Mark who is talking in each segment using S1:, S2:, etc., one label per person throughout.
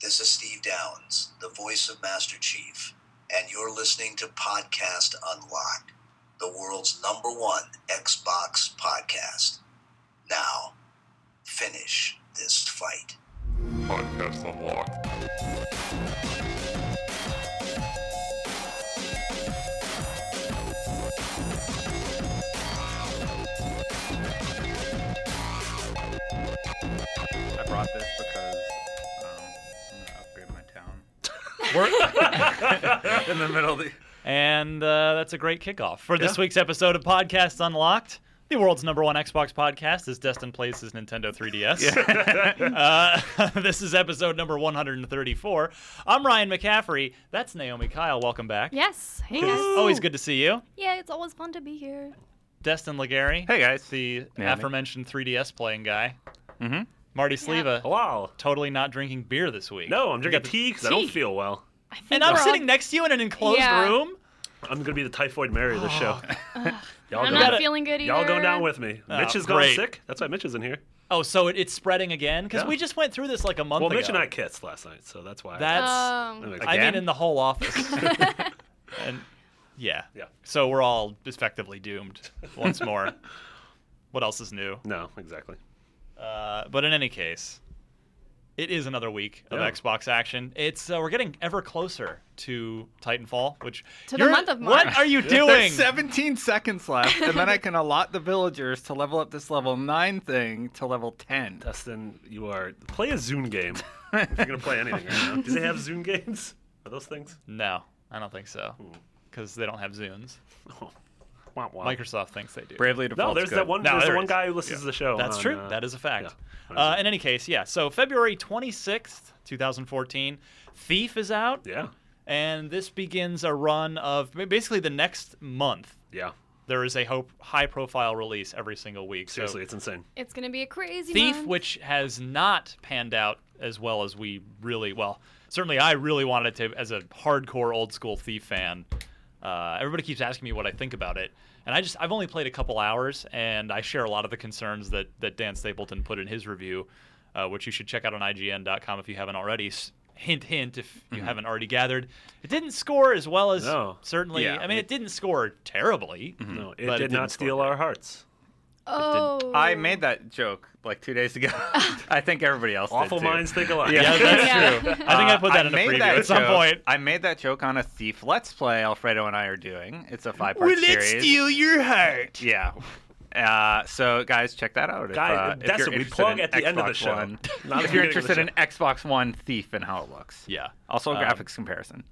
S1: This is Steve Downs, the voice of Master Chief, and you're listening to Podcast Unlocked, the world's number one Xbox podcast. Now, finish this fight.
S2: Podcast Unlocked.
S3: I brought this because um, I'm gonna upgrade my town. We're in the middle of the.
S4: And uh, that's a great kickoff for this week's episode of Podcast Unlocked. The world's number one Xbox podcast as Destin plays his Nintendo 3DS. uh, this is episode number 134. I'm Ryan McCaffrey. That's Naomi Kyle. Welcome back.
S5: Yes. Hey
S4: It's
S5: guys.
S4: always good to see you.
S5: Yeah, it's always fun to be here.
S4: Destin Legary,
S3: Hey guys.
S4: the
S3: Naomi.
S4: aforementioned 3DS playing guy.
S6: Mm-hmm.
S3: Mhm.
S4: Marty
S5: Yeah.
S4: Sleva,
S6: Wow.
S4: totally not drinking beer this week.
S6: No, I'm
S4: You
S6: drinking
S4: got the-
S6: tea because I don't
S5: Tea.
S6: feel well.
S5: I think
S4: And I'm
S5: we're all-
S4: sitting next to you in an enclosed
S5: Yeah.
S4: room.
S6: I'm gonna be the typhoid Mary of the show. y'all
S5: Oh. I'm
S6: go
S5: not
S6: down,
S5: feeling good either.
S6: y'all going down with me.
S4: Oh,
S6: Mitch is going
S4: great.
S6: sick. That's why Mitch is in here.
S4: Oh, so it, it's spreading again? Because
S6: Yeah.
S4: we just went through this like a month
S6: Well,
S4: ago.
S6: Mitch and I kissed last night, so that's why.
S4: That's
S5: Um,
S6: I'm excited.
S4: I mean,
S3: Again?
S4: in the whole office. and yeah.
S6: Yeah.
S4: So we're all effectively doomed once more. what else is new?
S6: no, exactly.
S4: Uh, but in any case, it is another week of
S6: Yeah.
S4: Xbox action. It's uh, we're getting ever closer to Titanfall, which
S5: To the
S4: you're-
S5: month of
S4: What
S5: March.
S4: are you doing?
S3: There's 17 seconds left, and then I can allot the villagers to level up this level nine thing to level 10.
S6: Dustin, you are play a Zune game. if you're gonna play anything right now. Do they have Zune games? Are those things?
S4: No, I don't think so, because they don't have Zunes.
S6: Oh. Wow, wow.
S4: Microsoft thinks they do.
S3: Bravely Default's
S6: No, there's
S3: good.
S6: that one.
S4: No,
S6: there's
S4: there
S6: the one
S4: is.
S6: guy who listens to the show.
S4: That's
S6: on,
S4: true.
S6: uh,
S4: that is a fact.
S6: yeah.
S4: Uh, in any case, yeah. So February 26th, 2014, Thief is out.
S6: Yeah,
S4: And this begins a run of basically the next month.
S6: yeah.
S4: There is a hope high profile release every single week. So
S6: Seriously, it's insane.
S5: it's gonna be a crazy
S4: Thief,
S5: month.
S4: which has not panned out as well as we really well. Certainly, I really wanted it to as a hardcore old school Thief fan. Uh, everybody keeps asking me what I think about it, and I just I've only played a couple hours, and I share a lot of the concerns that that Dan Stapleton put in his review, uh, which you should check out on IGN.com if you haven't already. S- Hint, hint, if you haven't already gathered. It didn't score as well as
S6: Mm-hmm. No. Mm-hmm.
S4: certainly.
S3: Yeah,
S4: I mean,
S3: it-
S4: it, didn't score terribly.
S6: No, it
S4: hmm. But it
S6: did
S4: didn't
S6: not
S4: score
S6: steal
S4: good.
S6: our hearts.
S5: Oh.
S3: I made that joke like two days ago. I think everybody else
S6: Awful
S3: did too. Uh,
S6: minds think alike.
S4: Yeah, that's
S5: Yeah.
S4: true. I think I put that in a
S3: made
S4: preview
S3: that
S4: at some
S3: joke-
S4: point.
S3: I made that joke on a Thief Let's Play Alfredo and I are doing. It's a five part series.
S4: your heart?
S3: Yeah. Uh, so guys, check that out. If,
S6: Guys,
S3: uh, if
S6: that's
S3: you're
S6: what we
S3: interested
S6: plug
S3: in
S6: at the end of the
S3: Xbox
S6: show.
S3: One.
S6: Not
S3: if
S6: at the
S3: you're
S6: beginning of the
S3: interested in
S6: show.
S3: Xbox One Thief and how it looks.
S4: Yeah.
S3: Also,
S4: Um,
S3: graphics comparison.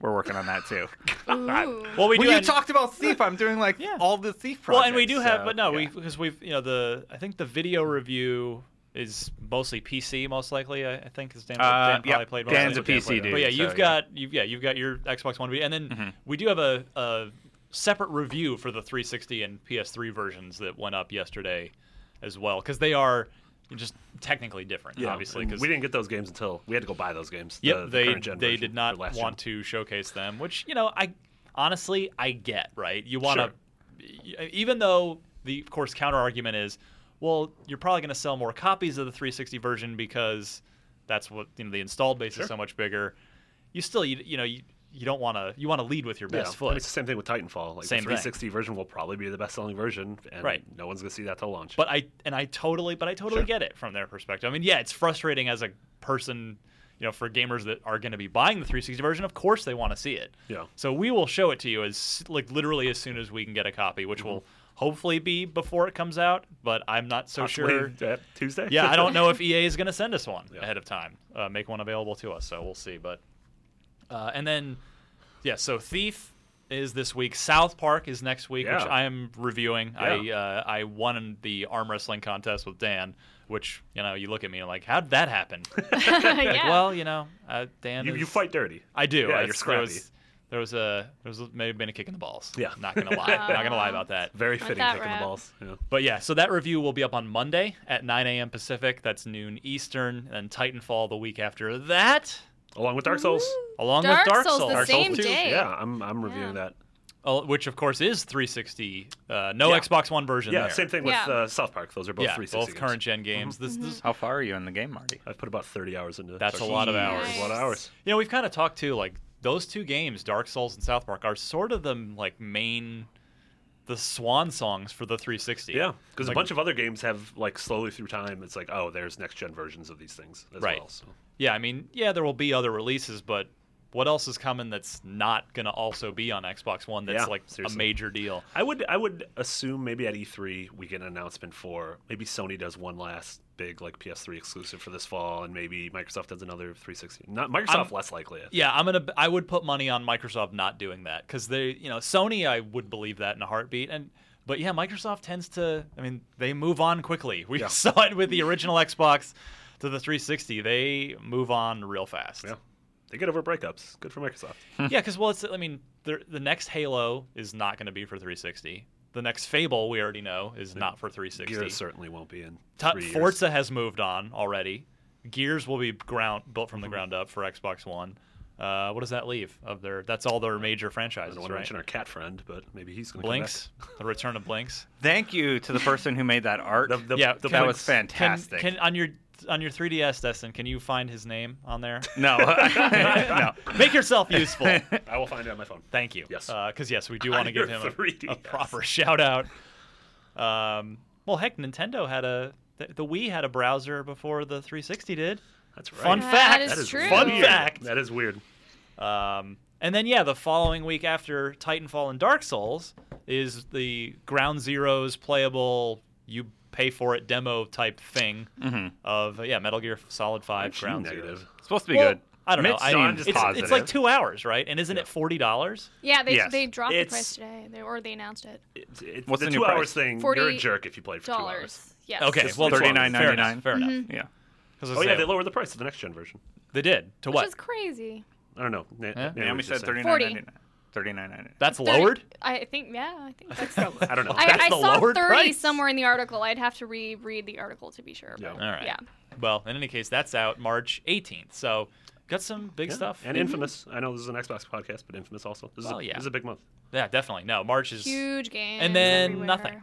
S3: We're working on that too.
S5: Ooh.
S4: Well, we do.
S3: well, you
S4: end-
S3: talked about Thief. I'm doing like
S4: Yeah.
S3: all the Thief projects.
S4: well, and we do have,
S3: so,
S4: but no,
S3: yeah.
S4: we because we've you know the I think the video review is mostly PC most likely. I, I think is Dan,
S3: Uh,
S4: Dan probably
S3: yeah,
S4: played. most
S3: Dan's
S4: of
S3: a
S4: it.
S3: PC dude.
S4: But yeah, you've
S3: so,
S4: got you've yeah you've got your Xbox One video, and then we do have a, a separate review for the 360 and PS3 versions that went up yesterday as well because they are just technically different,
S6: Yeah,
S4: obviously.
S6: and
S4: Because
S6: we didn't get those games until we had to go buy those games.
S4: Yep,
S6: the, the
S4: they
S6: current gen
S4: they
S6: version,
S4: did
S6: or
S4: not
S6: last
S4: want
S6: gen.
S4: to showcase them, which you know I honestly I get right. You want to, even though the of course counter argument is, well, you're probably going to sell more copies of the 360 version because that's what you know the installed base
S6: Sure.
S4: is so much bigger. You still you, you know you, you don't want to you want to lead with your
S6: Yeah,
S4: best
S6: I mean,
S4: foot.
S6: it's the same thing with Titanfall. Like
S4: Same
S6: the
S4: thing.
S6: 360 version will probably be the best-selling version, and
S4: Right.
S6: no one's gonna see that till launch.
S4: But I and I totally, but I totally
S6: Sure.
S4: get it from their perspective. I mean, yeah, it's frustrating as a person, you know, for gamers that are going to be buying the 360 version. Of course, they want to see it.
S6: Yeah.
S4: So we will show it to you as like literally as soon as we can get a copy, which will hopefully be before it comes out. But I'm not so sure.
S6: Mm-hmm. Possibly, uh, Tuesday.
S4: Yeah, I don't know if EA is going to send us one
S6: Yeah.
S4: ahead of time, uh, make one available to us. So we'll see. But uh, and then, yeah. So Thief is this week. South Park is next week, which
S6: Yeah.
S4: I am reviewing. I
S6: Yeah.
S4: uh, I won the arm wrestling contest with Dan, which you know you look at me and like, how did that happen? Like,
S5: yeah.
S4: well, you know, uh, Dan.
S6: You,
S4: is-
S6: you fight dirty.
S4: I do.
S6: Yeah,
S4: It's-
S6: you're
S4: there
S6: scrappy.
S4: was, there was a there was maybe been a kick in the balls.
S6: Yeah.
S4: Not gonna lie. not gonna lie about that.
S6: Very
S5: Not
S6: fitting
S5: that
S6: kicking
S5: rap.
S6: the balls. Yeah.
S4: But yeah, so that review will be up on Monday at 9 a.m. Pacific. That's noon Eastern, and Titanfall the week after that,
S6: Along with Dark Souls.
S4: along
S5: Dark
S4: with Dark
S5: Souls,
S4: Souls.
S5: the
S6: Dark
S5: same
S6: Souls 2.
S5: day.
S6: Yeah, I'm I'm reviewing
S5: Yeah.
S6: that.
S4: Oh, which of course is 360. Uh, no
S6: Yeah.
S4: Xbox One version.
S6: Yeah,
S4: there.
S6: same thing with
S5: Yeah.
S6: uh, South Park. Those are both
S4: yeah,
S6: 360
S4: both
S6: games.
S4: current gen games.
S5: Mm-hmm.
S4: This, this,
S3: How far are you in the game, Marty?
S6: I've put about 30 hours into.
S4: That's
S6: Dark
S4: a lot of
S6: Souls.
S4: hours.
S6: A lot of hours.
S4: you know, we've kind of talked too. Like those two games, Dark Souls and South Park, are sort of the like main, the swan songs for the 360.
S6: Yeah, because
S4: Like-
S6: a bunch of other games have like slowly through time. It's like, oh, there's next gen versions of these things as
S4: Right.
S6: well. So.
S4: Yeah, I mean, yeah, there will be other releases, but what else is coming that's not gonna also be on Xbox One? That's
S6: Yeah,
S4: like
S6: seriously.
S4: a major deal.
S6: I would I would assume maybe at E3 we get an announcement for maybe Sony does one last big like PS3 exclusive for this fall, and maybe Microsoft does another 360. Not Microsoft,
S4: I'm-
S6: less likely. I think.
S4: Yeah, I'm gonna. I would put money on Microsoft not doing that because they, you know, Sony. I would believe that in a heartbeat. And but yeah, Microsoft tends to. I mean, they move on quickly. We
S6: Yeah.
S4: saw it with the original Xbox to the 360. They move on real fast.
S6: Yeah. They get over breakups. Good for Microsoft.
S4: yeah, because well, it's. I mean, the the next Halo is not going to be for 360. The next Fable we already know is not for 360.
S6: Gears certainly won't be in
S4: Ta-
S6: three years.
S4: Forza has moved on already. Gears will be ground built
S6: Hmm.
S4: from the ground up for Xbox One. Uh, what does that leave of their? That's all their major
S6: I
S4: franchises,
S6: don't want to
S4: right?
S6: mention our cat friend, but maybe he's going to
S4: Blinks, the return of Blinks.
S3: Thank you to the person who made that art.
S6: The- the-
S4: Yeah,
S6: the
S3: that was
S6: Blinks- can-
S4: Can,
S3: fantastic.
S4: can on your on your 3ds, Destin, can you find his name on there?
S3: No, no.
S4: Make yourself useful.
S6: I will find it on my phone.
S4: Thank you.
S6: Yes.
S4: Because yes, we do want to
S6: On
S4: give
S6: your
S4: him a, a
S6: 3DS.
S4: proper shout out. Um, well, heck, Nintendo had a the, the Wii had a browser before the 360 did.
S6: That's right.
S4: Fun
S5: That
S4: fact.
S5: is That is true.
S4: Fun
S5: weird.
S4: fact.
S6: That is weird.
S4: Um, and then yeah, the following week after Titanfall and Dark Souls is the Ground Zeroes playable you pay for it demo type thing of uh, yeah Metal Gear Solid Five
S6: Gee,
S4: Ground
S6: negative.
S4: Zeroes.
S3: It's supposed to be
S4: Well,
S3: good.
S4: I don't know.
S3: Mitch,
S4: I,
S3: no,
S6: I'm
S3: I'm just
S4: it's,
S3: positive.
S4: it's like two hours, right? And isn't it forty dollars?
S5: Yeah, they
S3: Yes.
S5: they dropped the
S6: It's-
S5: price today, they, or they announced it.
S6: It's, it's
S3: What's
S6: the
S3: the
S6: two
S3: new price?
S6: hours thing. You're a
S5: $40
S6: jerk if you played for two hours.
S5: Dollars. Yes. Mm-hmm.
S4: Okay,
S6: It's
S4: well,
S6: like
S4: fair enough,
S3: $39.99.
S4: Fair enough.
S3: yeah.
S4: 'Cause I
S6: Oh
S4: was
S6: yeah,
S4: saying,
S6: they lowered the price of the next gen version.
S4: they did to
S5: Which
S4: what?
S5: is crazy.
S6: I don't know. Na-
S4: Yeah?
S6: Naomi
S3: Naomi
S6: was
S3: said
S6: just
S3: thirty
S6: saying.
S3: nine ninety nine. Thirty nine ninety nine.
S4: That's
S5: 30
S4: lowered.
S5: I think yeah, I think that's. I,
S6: I don't know.
S4: That's
S5: I
S4: the
S5: saw
S4: lowered
S5: 30
S4: price.
S5: somewhere in the article. I'd have to re-read the article to be sure.
S6: Yeah.
S5: but
S4: All right.
S5: Yeah.
S4: Well, in any case, that's out March 18th. So got some big
S6: Yeah.
S4: stuff.
S6: And Infamous. I know this is an Xbox podcast, but Infamous also. This is,
S4: Well,
S6: a,
S4: Oh, yeah.
S6: this is a big month.
S4: yeah, definitely. No, March is
S5: Huge game.
S4: And then nothing.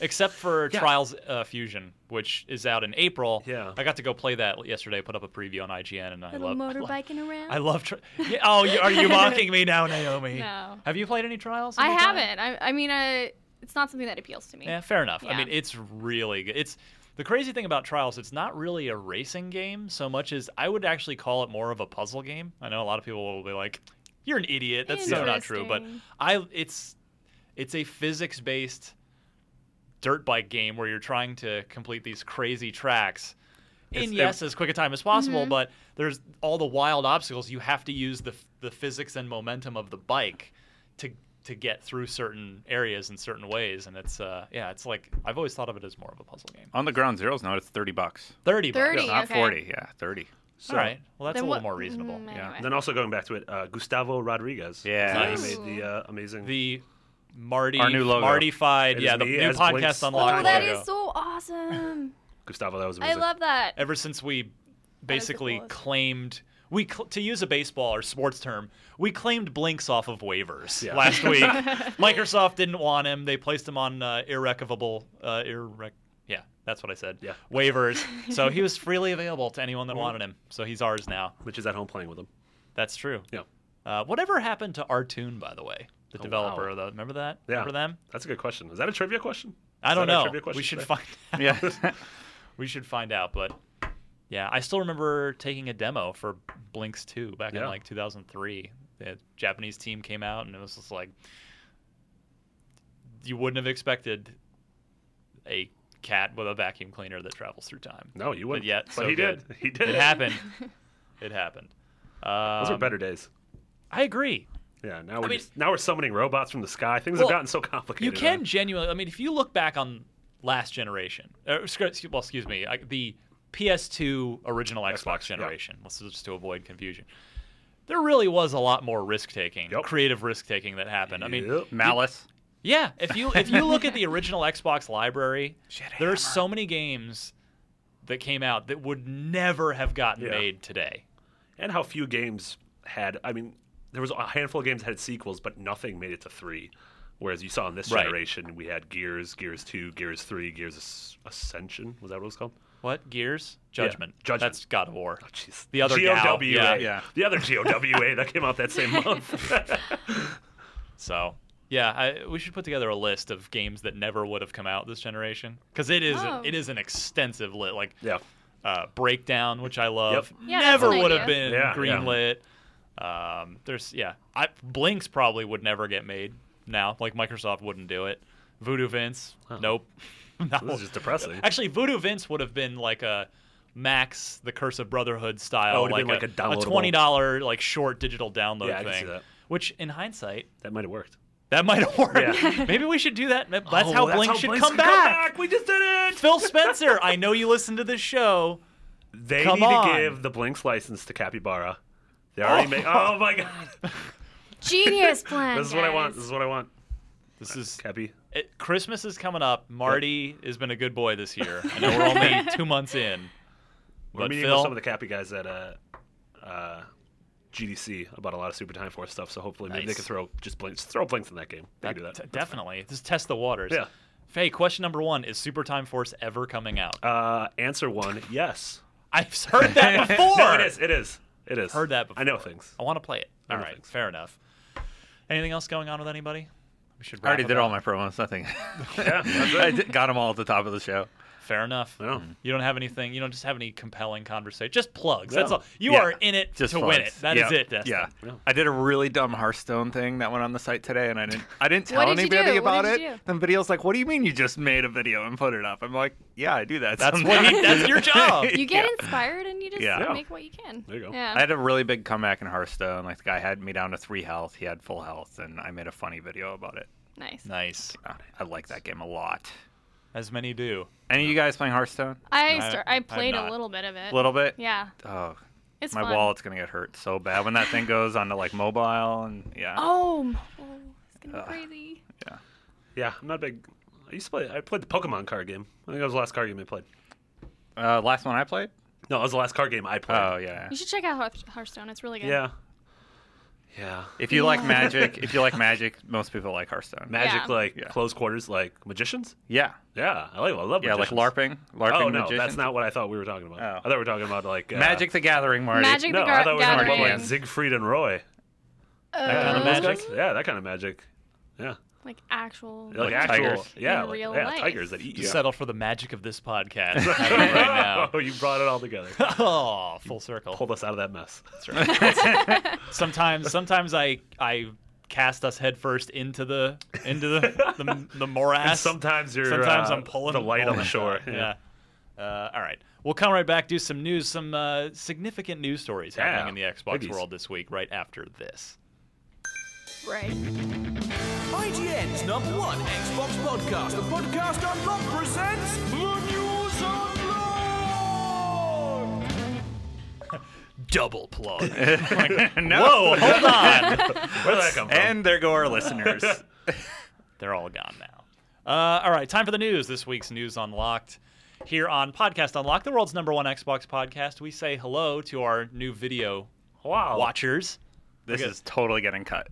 S4: except for
S6: Yeah.
S4: Trials uh, Fusion, which is out in April.
S6: Yeah.
S4: I got to go play that yesterday. Put up a preview on IGN, and I
S5: Little
S4: love.
S5: motorbiking around.
S4: I love. Tri- yeah, oh, you, are you mocking me now, Naomi?
S5: No.
S4: Have you played any Trials?
S5: I
S4: Any Trials?
S5: haven't. I, I mean, uh, it's not something that appeals to me.
S4: Yeah, fair enough. I
S5: Yeah.
S4: mean, it's really good. It's the crazy thing about Trials. It's not really a racing game so much as I would actually call it more of a puzzle game. I know a lot of people will be like, "You're an idiot." That's so not true. But
S5: Interesting.
S4: I, it's it's a physics based dirt bike game where you're trying to complete these crazy tracks in
S6: It's-
S4: yes as quick a time as possible
S5: Mm-hmm.
S4: but there's all the wild obstacles you have to use the the physics and momentum of the bike to to get through certain areas in certain ways and it's uh yeah it's like I've always thought of it as more of a puzzle game
S3: On the ground zeros note, it's thirty bucks.
S4: 30 bucks.
S5: 30,
S3: Not
S5: okay.
S3: forty. Yeah, thirty.
S6: So,
S4: all right well that's
S5: Then
S4: a
S5: what-
S4: little more reasonable
S5: Mm,
S3: Yeah.
S5: anyway.
S6: Then also going back to it, uh, Gustavo Rodriguez.
S3: Yeah.
S6: Nice.
S4: Nice.
S6: Made the uh, amazing.
S4: the Marty
S3: Our new logo.
S4: Marty-fied
S6: It
S4: yeah
S6: is
S4: the
S6: me
S4: new
S6: as
S4: podcast
S6: Blink's
S4: unlocked
S5: Oh, that
S4: logo.
S5: is so awesome.
S6: Gustavo, that was
S5: I
S6: amazing.
S5: love that.
S4: ever since we basically
S5: coolest.
S4: claimed we cl- to use a baseball or sports term, we claimed Blinks off of waivers
S6: Yeah.
S4: last week. Microsoft didn't want him; they placed him on uh, irrecovable, uh, irrec- yeah, that's what I said.
S6: Yeah.
S4: waivers. so he was freely available to anyone that wanted him. So he's ours now.
S6: Which is at home playing with him.
S4: That's true.
S6: Yeah.
S4: Uh, whatever happened to Artoon, by the way, the
S6: Oh,
S4: developer
S6: wow.
S4: of the remember that?
S6: Yeah.
S4: Remember them?
S6: That's a good question. Is that a trivia question?
S4: I
S6: Is
S4: don't
S6: that our
S4: know.
S6: trivia question
S4: We should
S6: today?
S4: find. Out.
S3: Yeah.
S4: We should find out, but yeah, I still remember taking a demo for Blinks 2 back in
S6: Yeah.
S4: like 2003. The Japanese team came out and it was just like you wouldn't have expected a cat with a vacuum cleaner that travels through time.
S6: No, you wouldn't.
S4: But yet,
S6: but
S4: so
S6: he
S4: good.
S6: did. He did.
S4: It happened. it happened. Um,
S6: Those were better days.
S4: I agree.
S6: Yeah. Now we're
S4: mean-
S6: just, now we're summoning robots from the sky. Things
S4: Well,
S6: have gotten so complicated.
S4: You can
S6: now.
S4: genuinely. I mean, if you look back on last generation, or, excuse, well, excuse me, I, the PS2 original Xbox,
S6: Xbox, yeah.
S4: generation. Let's just to avoid confusion. There really was a lot more risk taking,
S6: Yep.
S4: creative risk taking that happened. I mean,
S6: Yep.
S3: Malice.
S4: yeah, if you if you look at the original Xbox library, there are so many games that came out that would never have gotten
S6: Yeah.
S4: made today.
S6: and how few games had. I mean, there was a handful of games that had sequels, but nothing made it to three. Whereas you saw in this
S4: Right.
S6: generation, we had Gears, Gears Two, Gears Three, Gears As- Ascension. Was that what it was called?
S4: What Gears Judgment?
S6: Judgment.
S4: That's God of War.
S6: Oh, jeez.
S4: The other gal,
S6: GOWA.
S4: yeah.
S3: Yeah.
S6: The other GOWA that came out that same month.
S4: So yeah, I, we should put together a list of games that never would have come out this generation because it is
S5: Oh.
S4: it is an extensive lit like
S6: yeah.
S4: uh, breakdown, which I love.
S6: Yep.
S5: Yeah,
S4: never
S5: that's an
S4: would
S5: idea.
S4: have been
S6: Yeah, yeah.
S4: greenlit. Um, there's yeah, I, Blinks probably would never get made now. Like Microsoft wouldn't do it. Voodoo Vince, nope. no.
S6: This is just depressing.
S4: Actually, Voodoo Vince would have been like a Max, the Curse of Brotherhood style,
S6: Oh, it would
S4: like,
S6: have been
S4: a,
S6: like a downloadable-
S4: twenty dollar like short digital download
S6: Yeah, I
S4: thing.
S6: can see that.
S4: Which in hindsight,
S6: That might have worked.
S4: that might have worked.
S6: Yeah.
S4: Maybe we should do that. That's
S6: Oh,
S4: how Blink should
S6: Blinks
S4: come,
S6: could
S4: back.
S6: We just did it.
S4: Phil Spencer, I know you listen to this show.
S6: They
S4: Come
S6: need
S4: on.
S6: to give the Blinks license to Capybara. They already made. Oh my god!
S5: Genius plan.
S6: This is what I want.
S5: guys.
S6: This is what I want.
S4: This is
S6: Cappy.
S4: it, Christmas is coming up. Marty has been a good boy this year. I know we're only two months in.
S6: We're
S4: But
S6: meeting
S4: Phil,
S6: with some of the Cappy guys at uh, uh, GDC about a lot of Super Time Force stuff. So hopefully, maybe they
S4: Nice.
S6: can throw just Blinks. Throw Blinks in that game. They
S4: that-
S6: can do
S4: t-
S6: that.
S4: definitely. Just test the waters.
S6: Yeah.
S4: Faye, question number one Is Super Time Force ever coming out?
S6: Uh, answer one: Yes.
S4: I've heard that before.
S6: No, it is. It is. It is.
S4: Heard that
S6: I know
S4: before.
S6: things.
S4: I want to play it. All
S6: know
S4: right,
S6: things.
S4: fair enough. Anything else going on with anybody? We should.
S3: I already
S4: wrap
S3: did
S4: it
S3: all
S4: up.
S3: my promos. Nothing.
S6: Yeah. that's it.
S3: I did, got them all at the top of the show.
S4: Fair enough.
S6: No.
S3: Mm-hmm.
S4: You don't have anything. You don't just have any compelling conversation. Just plugs.
S6: No.
S4: That's all. You
S3: Yeah.
S4: are in it
S3: Just
S4: to
S3: fun.
S4: win it. That is
S3: Yeah.
S4: it. Destin.
S3: Yeah.
S6: Yeah.
S3: I did a really dumb Hearthstone thing that went on the site today, and I didn't. I didn't
S5: What
S3: tell
S5: did you
S3: anybody
S5: do? What
S3: about
S5: did
S3: it.
S5: you do?
S3: Then video's like, "What do you mean you just made a video and put it up?" I'm like, "Yeah, I do that.
S4: That's what. You,
S3: sometimes."
S4: that's your job.
S5: You get inspired and you just
S3: Yeah.
S5: make what you can.
S6: There you go.
S5: Yeah.
S3: I had a really big comeback in Hearthstone. Like the guy had me down to three health. He had full health, and I made a funny video about it.
S5: nice.
S4: nice.
S3: Uh, I like that game a lot.
S4: As many do.
S3: Any of you guys playing Hearthstone?
S5: I
S4: I-
S5: start, I
S4: I'm
S5: played a
S4: not.
S5: little bit of it.
S3: A little bit.
S5: Yeah.
S3: Oh,
S5: It's
S3: my
S5: fun.
S3: wallet's gonna get hurt so bad when that thing goes onto like mobile and yeah.
S5: Oh, m- oh, it's gonna be crazy.
S6: Yeah. I'm not a big. I used to play. I played the Pokemon card game. I think that was the last card game I played.
S3: Uh, last one I played.
S6: No, it was the last card game I played.
S3: Oh yeah.
S5: You should check out Hearth- Hearthstone. It's really good.
S6: Yeah. Yeah.
S3: If you like
S5: Yeah.
S3: magic, if you like magic, most people like Hearthstone.
S6: Magic
S5: Yeah.
S6: like
S3: Yeah.
S6: close quarters like magicians.
S3: yeah.
S6: Yeah, I like. I love.
S3: Yeah, like
S6: magicians.
S3: LARPing. LARPing
S6: oh no,
S3: magicians.
S6: that's not what I thought we were talking about.
S3: Oh.
S6: I thought we were talking about like uh,
S3: Magic the Gathering, Marty.
S5: Magic
S6: No,
S5: the
S6: I
S5: Gar-
S6: thought we were talking about
S5: Gathering.
S6: like Siegfried and Roy.
S5: Uh,
S4: That kind of
S6: Those
S4: magic.
S6: guys? Yeah, that kind of magic. Yeah,
S5: Like actual.
S6: like,
S3: Like
S6: actual.
S3: tigers.
S6: Yeah,
S5: In
S6: like,
S5: real
S6: yeah,
S5: life.
S6: tigers that eat
S4: Just
S6: you.
S4: settle for the magic of this podcast happening right
S6: oh, you brought it all together.
S4: now. Oh, full circle.
S6: Pulled us out of that mess.
S4: That's right. sometimes, sometimes I I cast us headfirst into the into the the, the morass.
S6: Sometimes you're.
S4: Sometimes
S6: uh,
S4: I'm pulling
S6: the light on
S4: pulling
S6: the shore.
S4: it. Yeah. Uh, all right. We'll come right back. Do some news, some uh, significant news stories happening
S6: Yeah.
S4: in the Xbox
S6: Biggies.
S4: world this week. Right after this.
S5: Right.
S7: IGN's number one Xbox podcast, the podcast unlocked presents the news unlocked.
S4: Double plug.
S3: no.
S4: Whoa, hold on.
S6: Where did that come from?
S3: And there go our listeners.
S4: They're all gone now. Uh, all right, time for the news. This week's News Unlocked here on Podcast Unlocked, the world's number one Xbox podcast. We say hello to our new video
S6: wow.
S4: watchers.
S3: this is totally getting cut.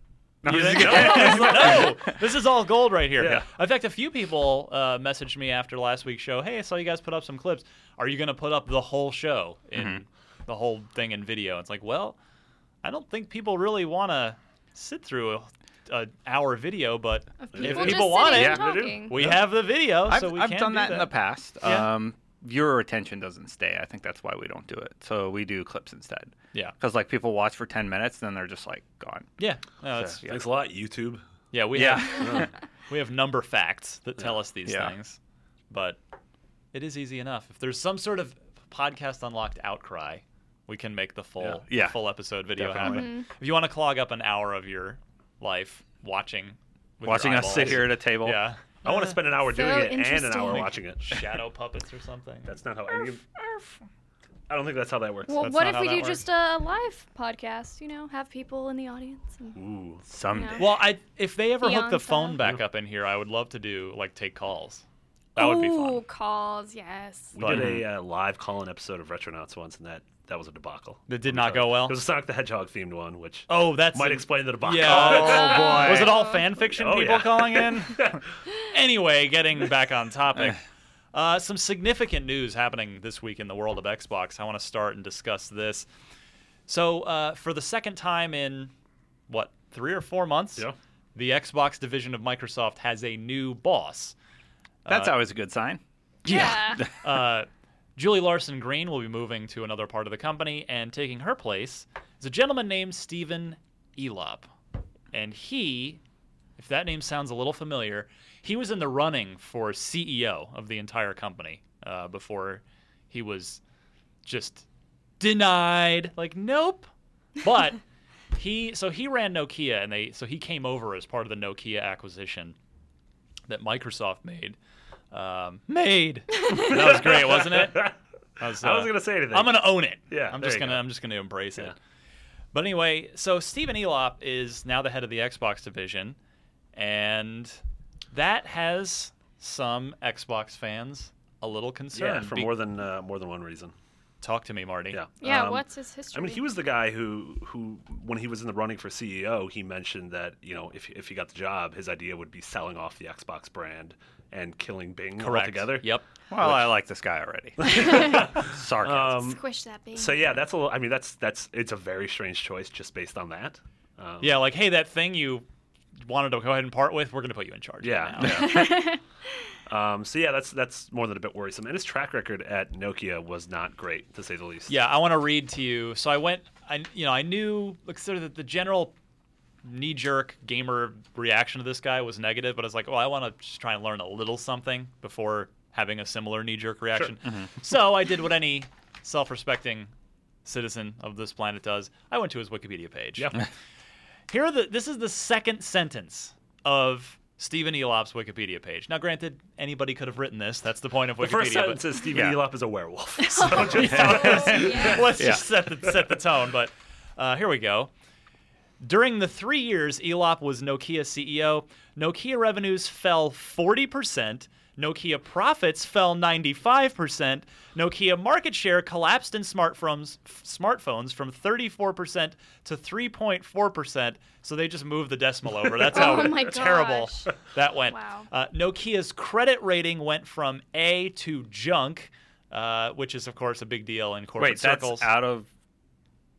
S4: You think- no, this is all gold right here.
S6: Yeah.
S4: In fact, a few people uh, messaged me after last week's show. Hey, I saw you guys put up some clips. Are you going to put up the whole show in
S6: Mm-hmm.
S4: the whole thing in video? It's like, well, I don't think people really want to sit through a, a hour video, but if
S5: People just
S4: people want it,
S5: sitting
S3: Yeah,
S5: and
S3: they do.
S5: talking.
S4: we have the video,
S3: I've,
S4: so we
S3: I've
S4: can
S3: done
S4: do
S3: that, in the past.
S4: Yeah.
S3: Um, your attention doesn't stay. I think that's why we don't do it. So we do clips instead.
S4: Yeah,
S3: Because like people watch for ten minutes, then they're just like gone.
S4: yeah, no, it's,
S3: So, yeah.
S6: Thanks a lot, YouTube.
S4: yeah. We
S3: Yeah.
S4: have uh, we have number facts that tell us these
S3: Yeah.
S4: things, but it is easy enough. If there's some sort of podcast unlocked outcry, we can make the full
S6: Yeah.
S4: the
S3: Yeah.
S4: full episode video
S3: Definitely.
S4: happen. If you want to clog up an hour of your life watching with your
S3: Watching us sit
S4: eyeballs,
S3: here at a table.
S4: yeah,
S6: I want to spend an hour
S5: So
S6: doing it and an
S5: interesting.
S6: hour watching it.
S4: shadow puppets or something.
S6: That's not how any. of- I don't think that's how that works.
S5: Well,
S4: That's
S5: what
S4: not
S5: if
S4: how
S5: we
S4: that
S5: do
S4: works.
S5: just a live podcast? You know, have people in the audience. And...
S6: Ooh.
S3: Someday.
S4: Well, I if they ever hook the
S5: Fianza.
S4: phone back up in here, I would love to do like take calls. That would be
S5: Ooh,
S4: fun.
S5: calls. Yes.
S6: We
S4: But-
S6: did a uh, live call-in episode of Retronauts once, and that that was a debacle.
S4: That did not go well?
S6: It was a Sonic the Hedgehog themed one, which
S4: Oh, that's
S6: might
S4: an-
S6: explain the debacle.
S4: Yeah.
S3: Oh, boy.
S4: Was it all fan fiction
S6: Oh,
S4: people
S6: yeah.
S4: calling in? anyway, getting back on topic. Uh, some significant news happening this week in the world of Xbox. I want to start and discuss this. So, uh, for the second time in what three or four months,
S6: Yeah.
S4: the Xbox division of Microsoft has a new boss.
S3: That's always a good sign.
S5: Yeah.
S4: Uh, Julie Larson Green will be moving to another part of the company, and taking her place is a gentleman named Stephen Elop. And he, if that name sounds a little familiar, he was in the running for CEO of the entire company uh, before he was just denied. Like, nope. But he, so he ran Nokia, and they, so he came over as part of the Nokia acquisition that Microsoft made. Um, made. that was great, wasn't it? That
S6: I
S4: uh,
S6: wasn't gonna say anything.
S4: I'm gonna own it.
S6: Yeah,
S4: I'm
S6: there
S4: just
S6: you
S4: gonna
S6: go.
S4: I'm just gonna embrace
S6: Yeah.
S4: it. But anyway, so Stephen Elop is now the head of the Xbox division, and that has some Xbox fans a little concerned.
S6: yeah, for
S4: Be-
S6: more than uh, more than one reason.
S4: talk to me, Marty.
S6: Yeah.
S5: yeah.
S6: Um,
S5: what's his history?
S6: I mean, he was the guy who, who, when he was in the running for CEO, he mentioned that you know if if he got the job, his idea would be selling off the Xbox brand and killing Bing
S4: correct.
S6: altogether.
S4: Yep.
S3: Well, I like this guy already. Sarcasm.
S6: Um,
S5: Squish that baby.
S6: so yeah, that's a little. I mean, that's that's it's a very strange choice just based on that. Um,
S4: Yeah, like hey, that thing you wanted to go ahead and part with, we're gonna put you in charge. of
S6: Yeah.
S4: now.
S6: yeah. um, so yeah, that's that's more than a bit worrisome. And his track record at Nokia was not great, to say the least.
S4: Yeah, I want to read to you. So I went, I you know, I knew like sort of the, the general knee jerk gamer reaction to this guy was negative, but I was like, well, I want to just try and learn a little something before having a similar knee jerk reaction.
S6: Mm-hmm.
S4: So I did what any self respecting citizen of this planet does. I went to his Wikipedia page.
S6: Yeah.
S4: Here are the this is the second sentence of Stephen Elop's Wikipedia page. Now, granted, anybody could have written this. That's the point of Wikipedia.
S6: The first
S4: but-
S6: sentence says Stephen
S3: Yeah.
S6: Elop is a werewolf. So just-
S4: Let's
S3: Yeah.
S4: just set the, set the tone. But uh, here we go. During the three years Elop was Nokia CEO, Nokia revenues fell 40%, Nokia profits fell 95%, Nokia market share collapsed in smartphones, smartphones from 34% to 3.4%. So they just moved the decimal over. That's how
S5: Oh my
S4: terrible
S5: gosh.
S4: that went.
S5: Wow.
S4: Uh, Nokia's credit rating went from A to junk, uh, which is, of course, a big deal in corporate
S3: Wait,
S4: circles.
S3: that's out of.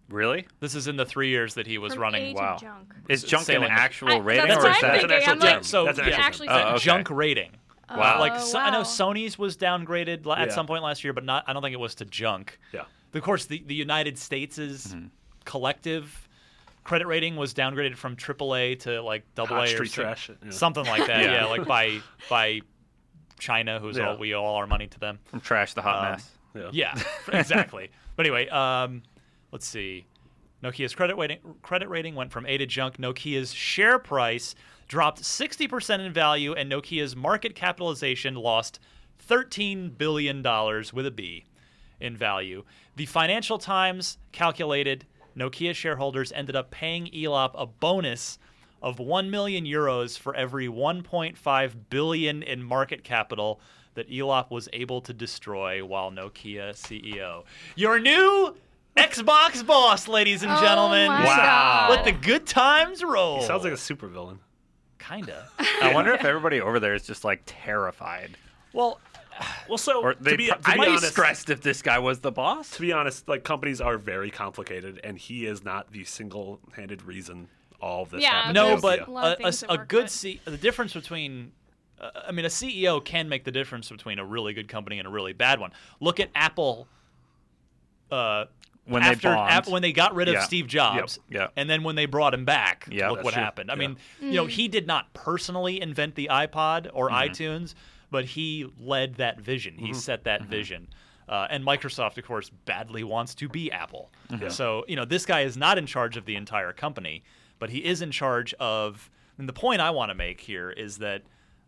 S3: Really?
S4: This is in the three years that he was
S5: From
S4: running.
S5: A to
S3: Wow.
S5: junk.
S3: Is
S4: S-
S3: junk an
S4: sailing.
S3: actual
S5: I-
S3: rating
S5: that's
S3: or
S5: what
S3: is
S5: I'm
S3: that?
S6: That's an
S5: thinking.
S6: actual
S5: I'm like,
S6: term.
S4: so,
S6: That's an
S4: yeah, Uh,
S6: actual
S5: actually
S6: term.
S5: said-
S3: Oh, okay.
S4: Junk rating.
S5: Wow.
S4: Like
S5: Oh,
S4: so, I know
S5: wow.
S4: Sony's was downgraded la- at
S6: Yeah.
S4: some point last year, but not. I don't think it was to junk.
S6: yeah.
S4: Of course, the, the United States' collective credit rating was downgraded from AAA to like double A
S6: Hot
S4: or
S6: street
S4: some-
S6: trash, yeah.
S4: something like that.
S3: Yeah.
S4: yeah. like by by China, who's
S6: Yeah.
S4: all we owe all our money to them.
S3: From trash to hot
S4: Um,
S3: mess.
S6: Yeah.
S4: Yeah, exactly. but anyway, um, let's see. Nokia's credit rating, credit rating went from A to junk. Nokia's share price dropped 60% in value, and Nokia's market capitalization lost $13 billion with a B in value. The Financial Times calculated Nokia shareholders ended up paying Elop a bonus of 1 million euros for every 1.5 billion in market capital that Elop was able to destroy while Nokia CEO. Your new Xbox boss, ladies and
S5: Oh
S4: gentlemen.
S5: my
S6: Wow. God.
S4: Let the good times roll.
S6: He sounds like a supervillain.
S4: kinda.
S3: I wonder if everybody over there is just like terrified.
S4: well,
S6: Well, so
S3: Or they
S6: to be,
S3: pro-
S6: to
S3: I'd
S6: be
S3: be
S6: honest,
S3: stressed if this guy was the boss.
S6: to be honest, like companies are very complicated, and he is not the single-handed reason all of this
S5: Yeah,
S6: happened.
S4: no,
S5: there's
S4: but
S5: a lot of
S4: a, a
S5: things
S4: s-
S5: that
S4: a
S5: work
S4: good
S5: with-
S4: C, the difference between, uh, I mean, a CEO can make the difference between a really good company and a really bad one. Look at Apple. Uh,
S3: When they
S4: after
S3: bombed.
S4: when they got rid of
S3: Yeah.
S4: Steve Jobs,
S3: Yeah.
S4: and then when they brought him back,
S3: Yeah.
S4: look
S3: That's
S4: what
S6: true.
S4: happened. I
S6: Yeah.
S4: mean, you know, he did not personally invent the iPod or
S3: Mm-hmm.
S4: iTunes, but he led that vision. He set that
S3: Mm-hmm.
S4: vision. Uh, and Microsoft, of course, badly wants to be Apple.
S3: Mm-hmm.
S6: Yeah.
S4: So, you know, this guy is not in charge of the entire company, but he is in charge of. And the point I want to make here is that,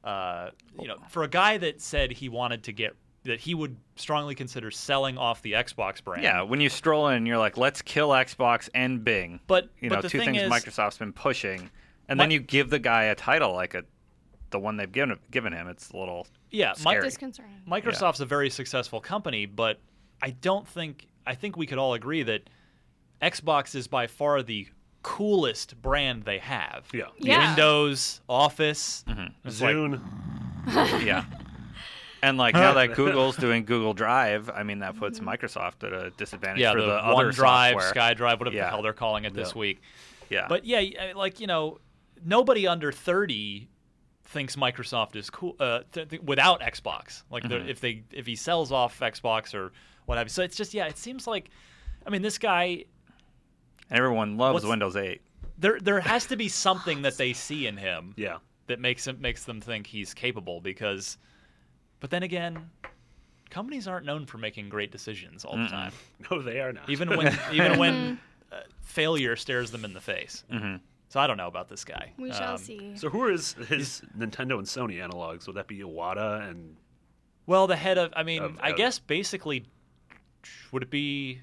S4: uh, you know, for a guy that said he wanted to get, that he would strongly consider selling off the Xbox brand.
S3: Yeah, when you stroll in, and you're like, let's kill Xbox and Bing.
S4: But-
S3: you
S4: but
S3: know,
S4: the
S3: two
S4: thing
S3: things
S4: is-
S3: Microsoft's been pushing, and
S4: My-
S3: then you give the guy a title like a, the one they've given given him. It's a little
S4: Yeah.
S3: Scary.
S5: Disconcerting.
S4: Microsoft's a very successful company, but I don't think I think we could all agree that Xbox is by far the coolest brand they have.
S6: Yeah.
S5: Yeah.
S4: Windows, Office,
S3: Mm-hmm.
S4: It's like-
S6: Zune.
S3: yeah. And like now that Google's doing Google Drive, I mean that puts Microsoft at a disadvantage
S4: yeah,
S3: for
S4: the,
S3: the, other
S4: OneDrive,
S3: software.
S4: SkyDrive, whatever the
S3: Yeah.
S4: hell they're calling it this week.
S3: yeah,
S4: But yeah, y- uh, like you know, nobody under thirty thinks Microsoft is cool uh, th- th- without Xbox. Like they're if they if he sells off Xbox or what have you. So it's just yeah, it seems like, I mean, this guy
S3: and everyone loves
S4: what's-
S3: Windows 8.
S4: there there has to be something that they see in him
S6: Yeah.
S4: that makes him makes them think he's capable because, but then again. Companies aren't known for making great decisions all the time,
S6: No, they are not.
S4: even when even when
S5: Mm-hmm.
S4: uh, failure stares them in the face. So I don't know about this guy.
S5: We shall
S4: Um,
S5: see.
S6: So who are his, his Nintendo and Sony analogs? Would that be Iwata and
S4: Well, the head of, I mean,
S6: Of-
S4: I
S6: of-
S4: guess basically, would it be?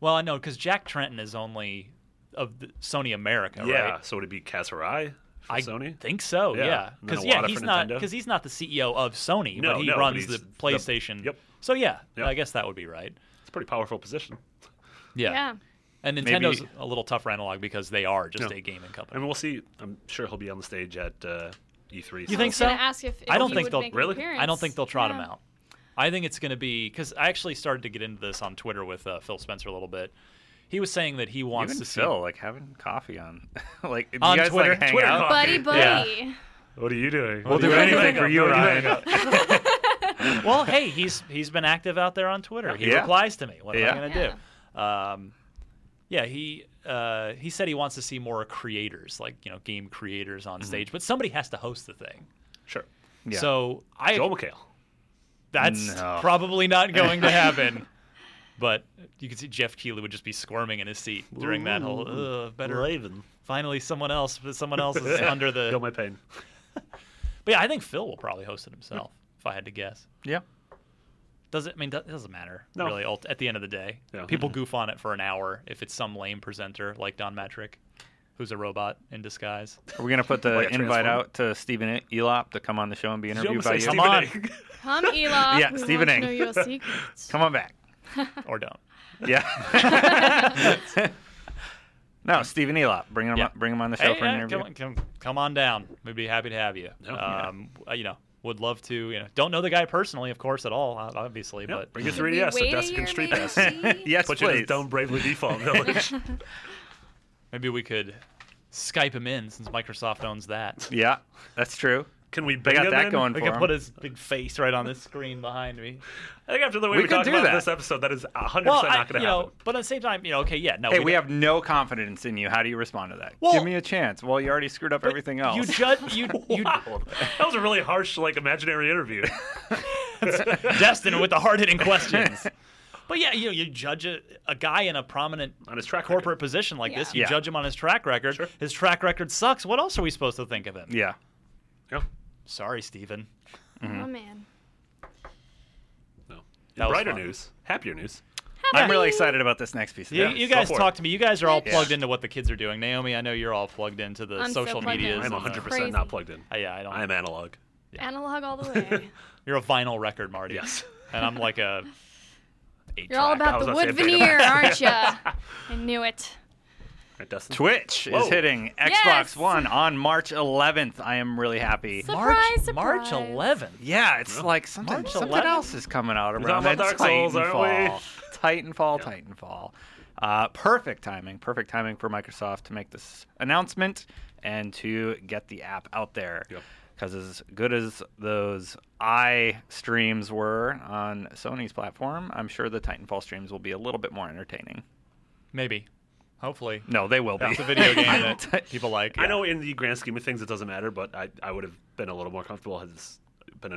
S4: Well, I know because Jack Trenton is only of the Sony America,
S6: yeah?
S4: right?
S6: So would it be Kazari for
S4: I
S6: Sony?
S4: think so.
S6: Yeah.
S4: Yeah,
S6: And then
S4: because
S6: a
S4: yeah,
S6: Wada
S4: he's
S6: for
S4: not
S6: Nintendo.
S4: because he's not the CEO of Sony,
S6: No,
S4: but he
S6: no, but
S4: runs the
S6: he's the-
S4: PlayStation.
S6: yep.
S4: So yeah,
S6: Yep.
S4: I guess that would be right.
S6: It's a pretty powerful position.
S4: Yeah.
S5: yeah.
S4: And
S6: Maybe-
S4: Nintendo's a little tougher analog because they are just
S6: Yeah.
S4: a gaming
S6: I
S4: company.
S6: mean, we'll see. I'm sure he'll be on the stage at uh, E3.
S4: You
S5: I
S4: think
S5: was gonna
S4: so?
S5: Ask if, if
S4: I don't
S5: he
S4: think
S5: would
S4: they'll
S5: make an
S6: really?
S5: Appearance.
S4: I don't think they'll trot
S5: Yeah.
S4: him out. I think it's going to be because I actually started to get into this on Twitter with uh, Phil Spencer a little bit. He was saying that he wants
S3: Even
S4: to see
S3: Phil, like having coffee on, like do
S4: On
S3: you guys
S4: Twitter-
S3: like hang
S6: Twitter
S3: out.
S5: Buddy,
S6: Yeah.
S5: buddy.
S6: What are you doing?
S3: We'll do anything for you, Ryan.
S4: well, hey, he's he's been active out there on Twitter. He
S3: Yeah.
S4: replies to me. What am
S3: Yeah.
S4: I going to do? Um, yeah, he uh, he said he wants to see more creators, like you know, game creators on stage. But somebody has to host the thing.
S6: Sure.
S3: Mm-hmm. Yeah.
S4: So I
S6: Joel McHale.
S4: that's
S3: No.
S4: probably not going to happen. but you can see Jeff Keighley would just be squirming in his seat during that whole. Ugh, better
S6: Raven.
S4: finally someone else. But someone else is under the.
S6: Feel my pain.
S4: But yeah, I think Phil will probably host it himself. if I had to guess.
S3: yeah,
S4: Does it? I mean, do- it doesn't matter
S6: No.
S4: really. ult- At the end of the day,
S6: Yeah.
S4: people goof on it for an hour if it's some lame presenter like Don Matrick, who's a robot in disguise.
S3: are we gonna put the
S6: Like a
S3: invite
S6: transformer?
S3: out to Stephen Elop to come on the show and be
S6: Did you
S3: interviewed
S6: almost
S3: by
S6: say
S3: you?
S6: Stephen
S3: Come on,
S6: Ing?
S5: Come, Elon.
S3: Yeah,
S5: we
S3: Stephen
S5: want
S3: Ng.
S5: to know your secrets.
S3: come on back.
S4: Or don't.
S3: Yeah. no, Stephen Elop, bring him,
S4: Yeah.
S3: on, bring him on the show
S4: Hey,
S3: for an
S4: yeah,
S3: interview.
S4: come, on, come, come on down. We'd be happy to have you.
S6: Yeah.
S4: Um, uh, you know, would love to. You know, don't know the guy personally, of course, at all, uh, obviously.
S6: Yeah,
S4: But
S6: bring your
S5: Should we
S6: 3DS, a
S5: wait a
S6: desk,
S5: year,
S6: and street
S5: maybe?
S6: pass.
S3: yes,
S6: Put you in
S3: please.
S6: his dumb Bravely Default village.
S4: maybe we could Skype him in since Microsoft owns that.
S3: Yeah, that's true.
S6: Can we
S3: They
S6: bang
S3: got
S6: him
S3: that
S6: in?
S3: going
S4: We
S3: for
S4: could
S3: him.
S4: put his big face right on this screen behind me.
S6: I think after the way
S3: We
S6: we,
S3: could
S6: talked
S3: do
S6: about
S3: that.
S6: this episode, that is 100%
S4: Well, I,
S6: not
S4: you
S6: going to happen.
S4: know, but at the same time, you know, okay, yeah, no.
S3: hey, we
S4: don't-
S3: have no confidence in you. How do you respond to that?
S4: Well-
S3: Give me a chance. Well, you already screwed up everything else.
S4: You judge. You you. Ah,
S6: that was a really harsh, like, imaginary interview.
S4: Destin with the hard-hitting questions. But yeah, you know, you judge a, a guy in a prominent
S6: On his track
S4: corporate
S6: record.
S4: position like this. You
S3: Yeah. Yeah.
S4: judge him on his track record.
S6: Sure.
S4: His track record sucks. What else are we supposed to think of him?
S3: yeah.
S6: Yeah.
S4: Sorry, Steven.
S5: Oh man.
S6: No. In
S4: That was
S6: brighter
S4: fun.
S6: news, happier news.
S3: I'm really excited about this next piece. Of
S4: You,
S3: news.
S4: you
S6: go
S4: guys
S6: for it.
S4: talk to me. You guys are all
S5: Yeah.
S4: plugged into what the kids are doing. Naomi, I know you're all plugged into the
S5: I'm so
S4: social
S5: plugged in.
S4: medias.
S6: I'm
S5: Isn't
S4: and the-
S6: 100%
S5: crazy?
S6: not plugged in.
S4: Uh, yeah, I don't.
S6: I'm analog.
S5: Analog all the way.
S4: You're a vinyl record, Marty.
S6: Yes.
S4: And I'm like a.
S5: You're all
S4: track.
S6: I
S5: about
S6: was
S5: the
S6: about to
S5: wood
S6: say
S5: veneer, aren't you? I knew it.
S6: Right, Dustin?
S3: Twitch
S6: Whoa.
S3: is hitting Xbox
S5: Yes.
S3: One on March 11th. I am really happy.
S5: So- Surprise,
S4: March,
S5: surprise.
S4: March 11th.
S3: yeah, it's like something.
S4: March
S3: something
S4: 11th?
S3: else is coming out
S6: We're
S3: around
S6: talking
S3: that
S6: about Dark Souls, aren't we?
S3: Titanfall. Titanfall. Titanfall. Uh, perfect timing. Perfect timing for Microsoft to make this announcement and to get the app out there.
S6: Yep.
S3: Because as good as those i streams were on Sony's platform, I'm sure the Titanfall streams will be a little bit more entertaining.
S4: Maybe. Hopefully.
S3: No, they will be.
S4: It's a video game that people like.
S6: I know in the grand scheme of things it doesn't matter, but I, I would have been a little more comfortable had this been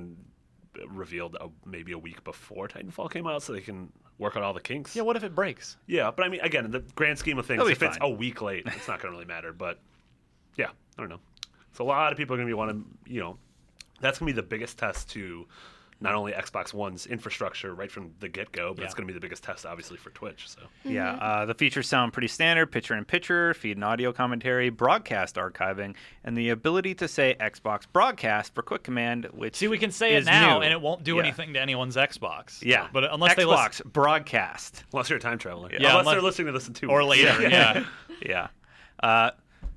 S6: uh, revealed uh maybe a week before Titanfall came out, so they can work on all the kinks.
S4: Yeah, what if it breaks?
S6: Yeah, but I mean, again, in the grand scheme of things,
S3: They'll be
S6: if it's a
S3: fine.
S6: week late, it's not going to really matter. But yeah, I don't know. So a lot of people are going to be wanting, you know, that's going to be the biggest test to not only Xbox One's infrastructure right from the get go, but it's
S4: Yeah.
S6: going to be the biggest test, obviously, for Twitch. So
S3: Yeah,
S4: Mm-hmm.
S3: uh, the features sound pretty standard picture in picture, feed and audio commentary, broadcast archiving, and the ability to say Xbox broadcast for quick command, which.
S4: See, we can say it
S3: is
S4: now,
S3: new.
S4: and it won't do
S3: Yeah.
S4: anything to anyone's Xbox.
S3: Yeah.
S4: but unless
S3: Xbox
S4: they listen
S3: broadcast.
S6: unless you're a time traveler,
S4: Yeah,
S6: unless,
S4: unless-
S6: they're listening to this in two
S4: or
S6: weeks.
S4: later, yeah.
S3: Yeah. Uh,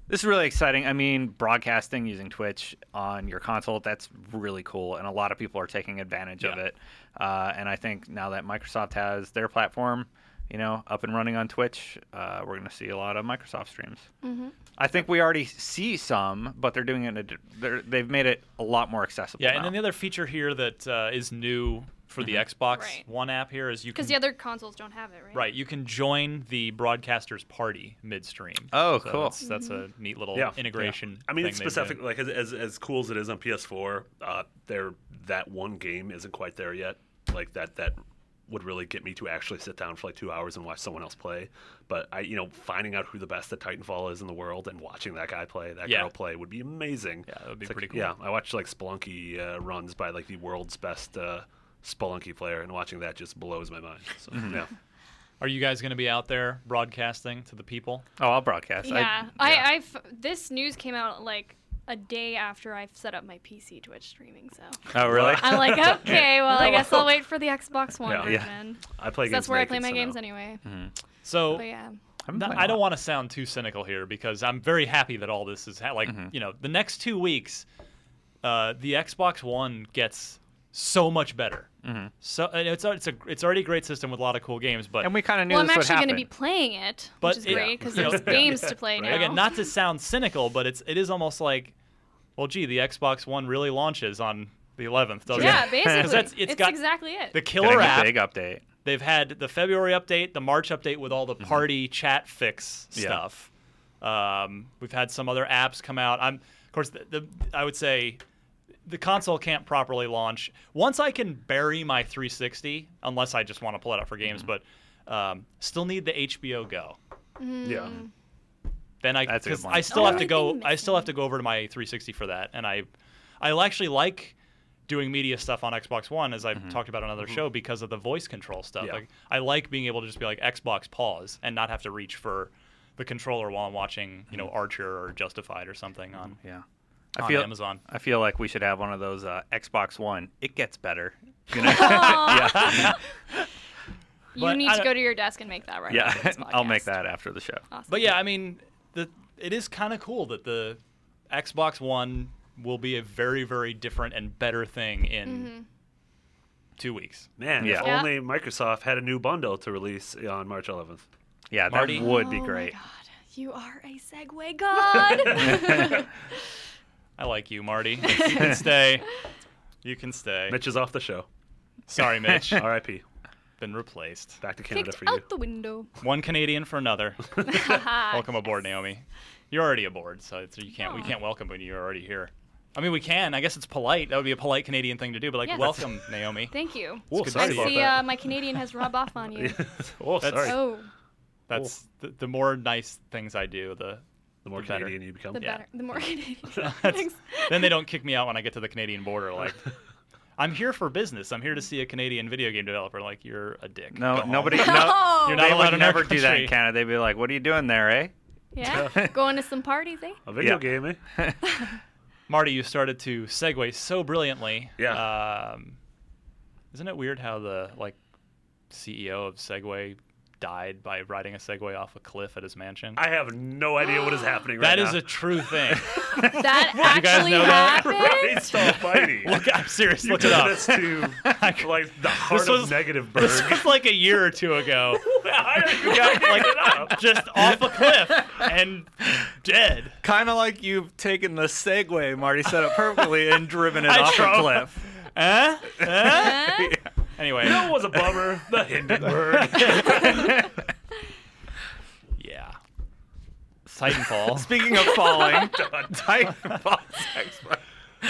S3: this is really exciting. I mean, broadcasting using Twitch on your console, that's really cool. And a lot of people are taking advantage of
S4: Yeah.
S3: it. Uh, and I think now that Microsoft has their platform, you know, up and running on Twitch, uh, we're going to see a lot of Microsoft streams.
S5: Mm-hmm.
S3: I think we already see some, but they're doing it. In a, di- they're, they've made it a lot more accessible.
S4: Yeah,
S3: now.
S4: and then the other feature here that uh, is new for the Xbox
S5: Right.
S4: One app here is you can
S5: Because the other consoles don't have it, right?
S4: right you can join the broadcaster's party midstream.
S3: Oh,
S4: So
S3: cool.
S4: That's, that's a neat little
S6: Mm-hmm. Yeah.
S4: integration.
S6: I mean,
S4: thing
S6: it's
S4: they've done.
S6: specific. Like as, as as cool as it is on PS4, uh, there that one game isn't quite there yet. Like that that would really get me to actually sit down for like two hours and watch someone else play. But I, you know, finding out who the best at Titanfall is in the world and watching that guy play, that
S4: Yeah.
S6: girl play would be amazing.
S4: Yeah, that would be
S6: It's like-
S4: pretty cool.
S6: Yeah, I watched like Spelunky uh, runs by like the world's best uh, Spelunky player, and watching that just blows my mind. So
S4: Mm-hmm.
S6: yeah,
S4: Are you guys going to be out there broadcasting to the people?
S3: oh, I'll broadcast. I-
S5: Yeah. I, I've this news came out like a day after I've set up my PC Twitch streaming, so
S3: oh, really?
S5: I'm like, okay, well, I guess I'll wait for the Xbox One
S6: Yeah.
S5: version.
S6: Yeah.
S5: 'Cause
S6: I play. Games
S5: That's where I
S6: naked,
S5: play my
S6: so no.
S5: games anyway.
S4: So
S6: Oh,
S5: But yeah.
S3: I'm
S4: No,
S3: playing
S4: I
S3: a
S4: don't
S3: lot.
S4: want to sound too cynical here because I'm very happy that all this is ha- like
S3: Mm-hmm.
S4: you know the next two weeks, uh, the Xbox One gets so much better.
S3: Mm-hmm.
S4: So and it's a- it's a it's already a great system with a lot of cool games, but
S3: And we kind of knew
S5: Well, I'm
S3: this would
S5: actually
S3: happen.
S5: going to be playing it,
S4: But
S5: which is
S4: it-
S5: great because
S4: you know,
S5: there's
S4: yeah.
S5: games to play now.
S4: again, not to sound cynical, but it's it is almost like, well, gee, the Xbox One really launches on the 11th, doesn't
S5: yeah,
S4: it?
S5: basically,
S4: that's- it's
S5: it's
S4: got
S5: exactly it.
S4: The
S3: Getting
S4: killer
S3: a
S4: app.
S3: big update.
S4: They've had the February update, the March update with all the party chat fix
S3: Mm-hmm. Yeah.
S4: stuff. Um, we've had some other apps come out. I'm, of course, the, the, I would say the console can't properly launch. Once I can bury my 360, unless I just want to pull it up for games,
S3: Mm-hmm.
S4: but um, still need the HBO Go.
S6: Yeah,
S5: Mm.
S4: Then I,
S3: That's a good
S4: 'cause
S3: one.
S4: I still
S5: Oh,
S4: have to
S5: I've
S4: go.
S5: been
S4: I still have to go over to my 360 for that, and I, I actually like doing media stuff on Xbox One, as
S3: Mm-hmm.
S4: I've talked about on another show, because of the voice control stuff.
S6: Yeah.
S4: Like I like being able to just be like Xbox pause and not have to reach for the controller while I'm watching, you know, Archer or Justified or something on
S3: Mm-hmm. Yeah.
S4: on
S3: I feel,
S4: Amazon.
S3: I feel like we should have one of those uh, Xbox One. It gets better. You
S5: Aw.
S3: know?
S5: you
S4: But
S5: need
S4: I
S5: to
S4: don't-
S5: go to your desk and make that right.
S3: yeah,
S5: after this
S3: I'll make
S5: podcast.
S3: that after the show.
S5: Awesome.
S4: But yeah, I mean, the it is kind of cool that the Xbox One will be a very very different and better thing in two weeks.
S6: man.
S3: Yeah.
S6: If
S5: Yeah.
S6: only Microsoft had a new bundle to release on March 11th.
S3: Yeah,
S4: Marty?
S3: that would
S5: Oh
S3: be
S5: my
S3: great.
S5: God. You are a segue god.
S4: I like you, Marty. You can stay. You can stay.
S6: Mitch is off the show.
S4: Sorry, Mitch.
S6: R.I.P.
S4: Been replaced.
S6: Back to Canada
S5: Kicked
S6: for you.
S5: out the window.
S4: One Canadian for another.
S5: Welcome.
S4: Welcome aboard, Naomi. You're already aboard, so it's, you can't. We can't welcome when you're already here. I mean, we can. I guess it's polite. That would be a polite Canadian thing to do. But like,
S5: Yes.
S4: welcome, Naomi.
S5: Thank you.
S6: Whoa,
S4: It's good
S5: I
S4: to
S5: see
S6: that.
S5: uh, my Canadian has rubbed off on you.
S6: oh, sorry.
S5: Oh,
S4: That's the, the more nice things I do. The
S6: the more
S4: the better.
S6: Canadian you become.
S5: the
S4: Yeah.
S5: better. The more Canadian.
S4: that's- then they don't kick me out when I get to the Canadian border. Like, I'm here for business. I'm here to see a Canadian video game developer. Like, you're a dick. Go
S3: No,
S4: home.
S3: nobody. No,
S5: No.
S4: You're not
S3: they
S4: allowed
S3: would
S4: in our
S3: never do that
S4: country.
S3: in Canada. They'd be like, "What are you doing there, eh?"
S5: Yeah. Going to some parties, eh?
S6: A video
S3: Yeah.
S6: game, eh?
S4: Marty, you started to segue so brilliantly.
S6: Yeah.
S4: Um, isn't it weird how the like CEO of Segway died by riding a Segway off a cliff at his mansion?
S6: I have no idea what is happening right
S4: That
S6: now.
S4: is a true thing.
S5: That
S4: you guys
S5: actually
S4: know that?
S5: happened.
S6: Christ almighty.
S4: look, I'm serious.
S6: you
S4: Look
S6: did
S4: it up.
S6: this to like the heart
S4: was-
S6: of negative bird.
S4: This was like a year or two ago.
S6: I don't even
S4: Got,
S6: know.
S4: like just off a cliff and dead.
S3: Kind of like you've taken the Segway Marty set up perfectly and driven it
S4: I
S3: off
S4: drove-
S3: a cliff.
S4: Huh? Huh?
S5: Huh?
S4: Anyway,
S6: That was a bummer. The Hindenburg.
S4: yeah. Titanfall.
S3: Speaking of falling, Titanfall.
S6: What do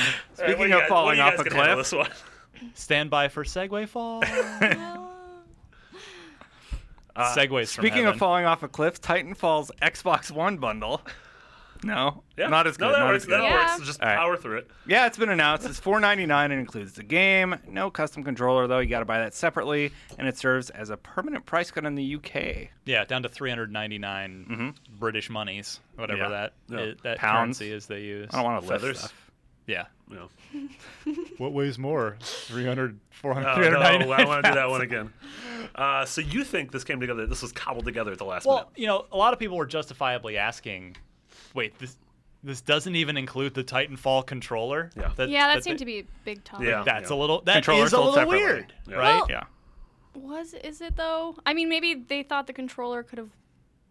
S3: Speaking
S6: you
S3: of
S6: guys-
S3: falling
S6: what
S3: off
S6: do you guys
S3: a
S6: gonna handle
S3: cliff.
S6: This one?
S4: Stand by for Segway fall.
S6: Uh,
S4: Segways. from
S3: Speaking of
S4: heaven.
S3: falling off a cliff, Titanfall's Xbox One bundle No,
S6: Yeah.
S3: not as good.
S6: No, that
S3: not
S6: works.
S3: as good.
S6: That
S5: Yeah.
S6: works. Just
S3: All right.
S6: power through it.
S3: Yeah, it's been announced. It's $4.99 and includes the game. No custom controller though. You got to buy that separately, and it serves as a permanent price cut in the UK.
S4: Yeah, down to 399 British monies, whatever
S3: Yeah.
S4: that
S6: Mm-hmm. Yeah.
S4: i- that
S3: Pounds.
S4: currency is they use.
S3: I don't want to
S6: Feathers?
S3: Stuff.
S4: Yeah.
S6: You know.
S4: What weighs more? 300, 400,
S6: Oh, no, I want to do that one again. Uh, so you think this came together? This was cobbled together at the last
S4: Well, you know, a lot of people were justifiably asking, "Wait, this this doesn't even include the Titanfall controller?"
S6: Yeah.
S5: yeah, that
S4: they-
S5: seemed to be a big topic.
S6: Yeah.
S4: That's
S6: Yeah.
S4: a little. That
S3: Controller
S4: is a
S3: sold
S4: little
S3: separately.
S4: weird,
S6: Yeah.
S4: right?
S5: Well-
S3: Yeah.
S5: Was is it though? I mean, maybe they thought the controller could have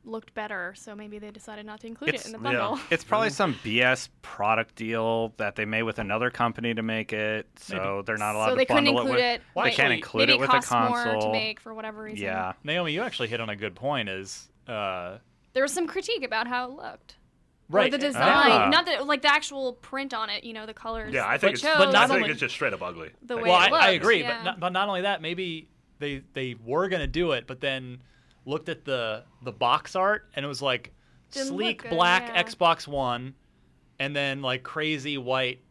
S5: looked better, so maybe they decided not to include
S3: It's-
S5: it in the
S6: minute. Yeah.
S5: bundle.
S3: It's probably some BS product deal that they made with another company to make it, so
S4: Maybe.
S3: they're not allowed
S5: so
S3: to
S5: they couldn't
S3: bundle
S5: include
S3: with.
S5: it.
S3: They
S5: right.
S3: can't include
S5: maybe
S3: it with a
S5: costs more to
S3: console.
S5: make for whatever reason.
S3: Yeah,
S4: Naomi, you actually hit on a good point. Is uh,
S5: There was some critique about how it looked. Or
S4: right
S5: the design,
S3: Ah.
S5: not that like the actual print on it. You know, the colors.
S6: minute. Yeah, I
S5: they
S6: think it's,
S5: chose.
S4: but not
S6: I think
S4: only-
S6: it's just straight up ugly.
S5: The
S6: Like,
S5: way
S4: Well,
S5: it
S4: I, I
S5: looks,
S4: agree,
S5: yeah.
S4: but not, but not only that, maybe they they were gonna do it, but then looked at the the box art and it was like
S5: Didn't look
S4: sleek
S5: good,
S4: black
S5: yeah.
S4: Xbox One, and then like crazy white,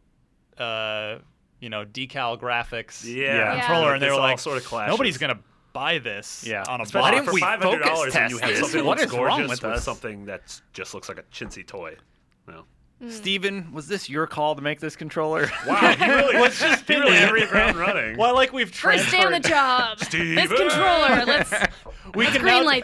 S4: uh, you know, decal graphics
S6: Yeah.
S3: Yeah.
S4: controller, and they
S6: This
S4: were
S6: all
S4: like,
S6: sort of clashes.
S4: nobody's gonna buy this
S3: Yeah.
S4: on a
S3: Especially
S6: Why
S4: box.
S3: didn't
S6: for
S3: we
S6: five hundred dollars
S3: focus
S6: and you have
S3: test
S6: something
S3: this?
S6: that
S3: What
S6: looks
S3: is wrong
S6: gorgeous
S3: with
S6: with
S3: us?
S6: something that just looks like a chintzy toy? No.
S5: Hmm.
S3: Steven, was this your call to make this controller?
S6: Wow, he really,
S4: Let's just
S6: he
S4: pin
S6: really
S4: that.
S6: hit the ground running.
S4: Well, like we've
S5: First day on the
S4: transferred,
S5: job. this
S6: Steven!
S5: controller. Let's
S4: we can now
S5: greenlight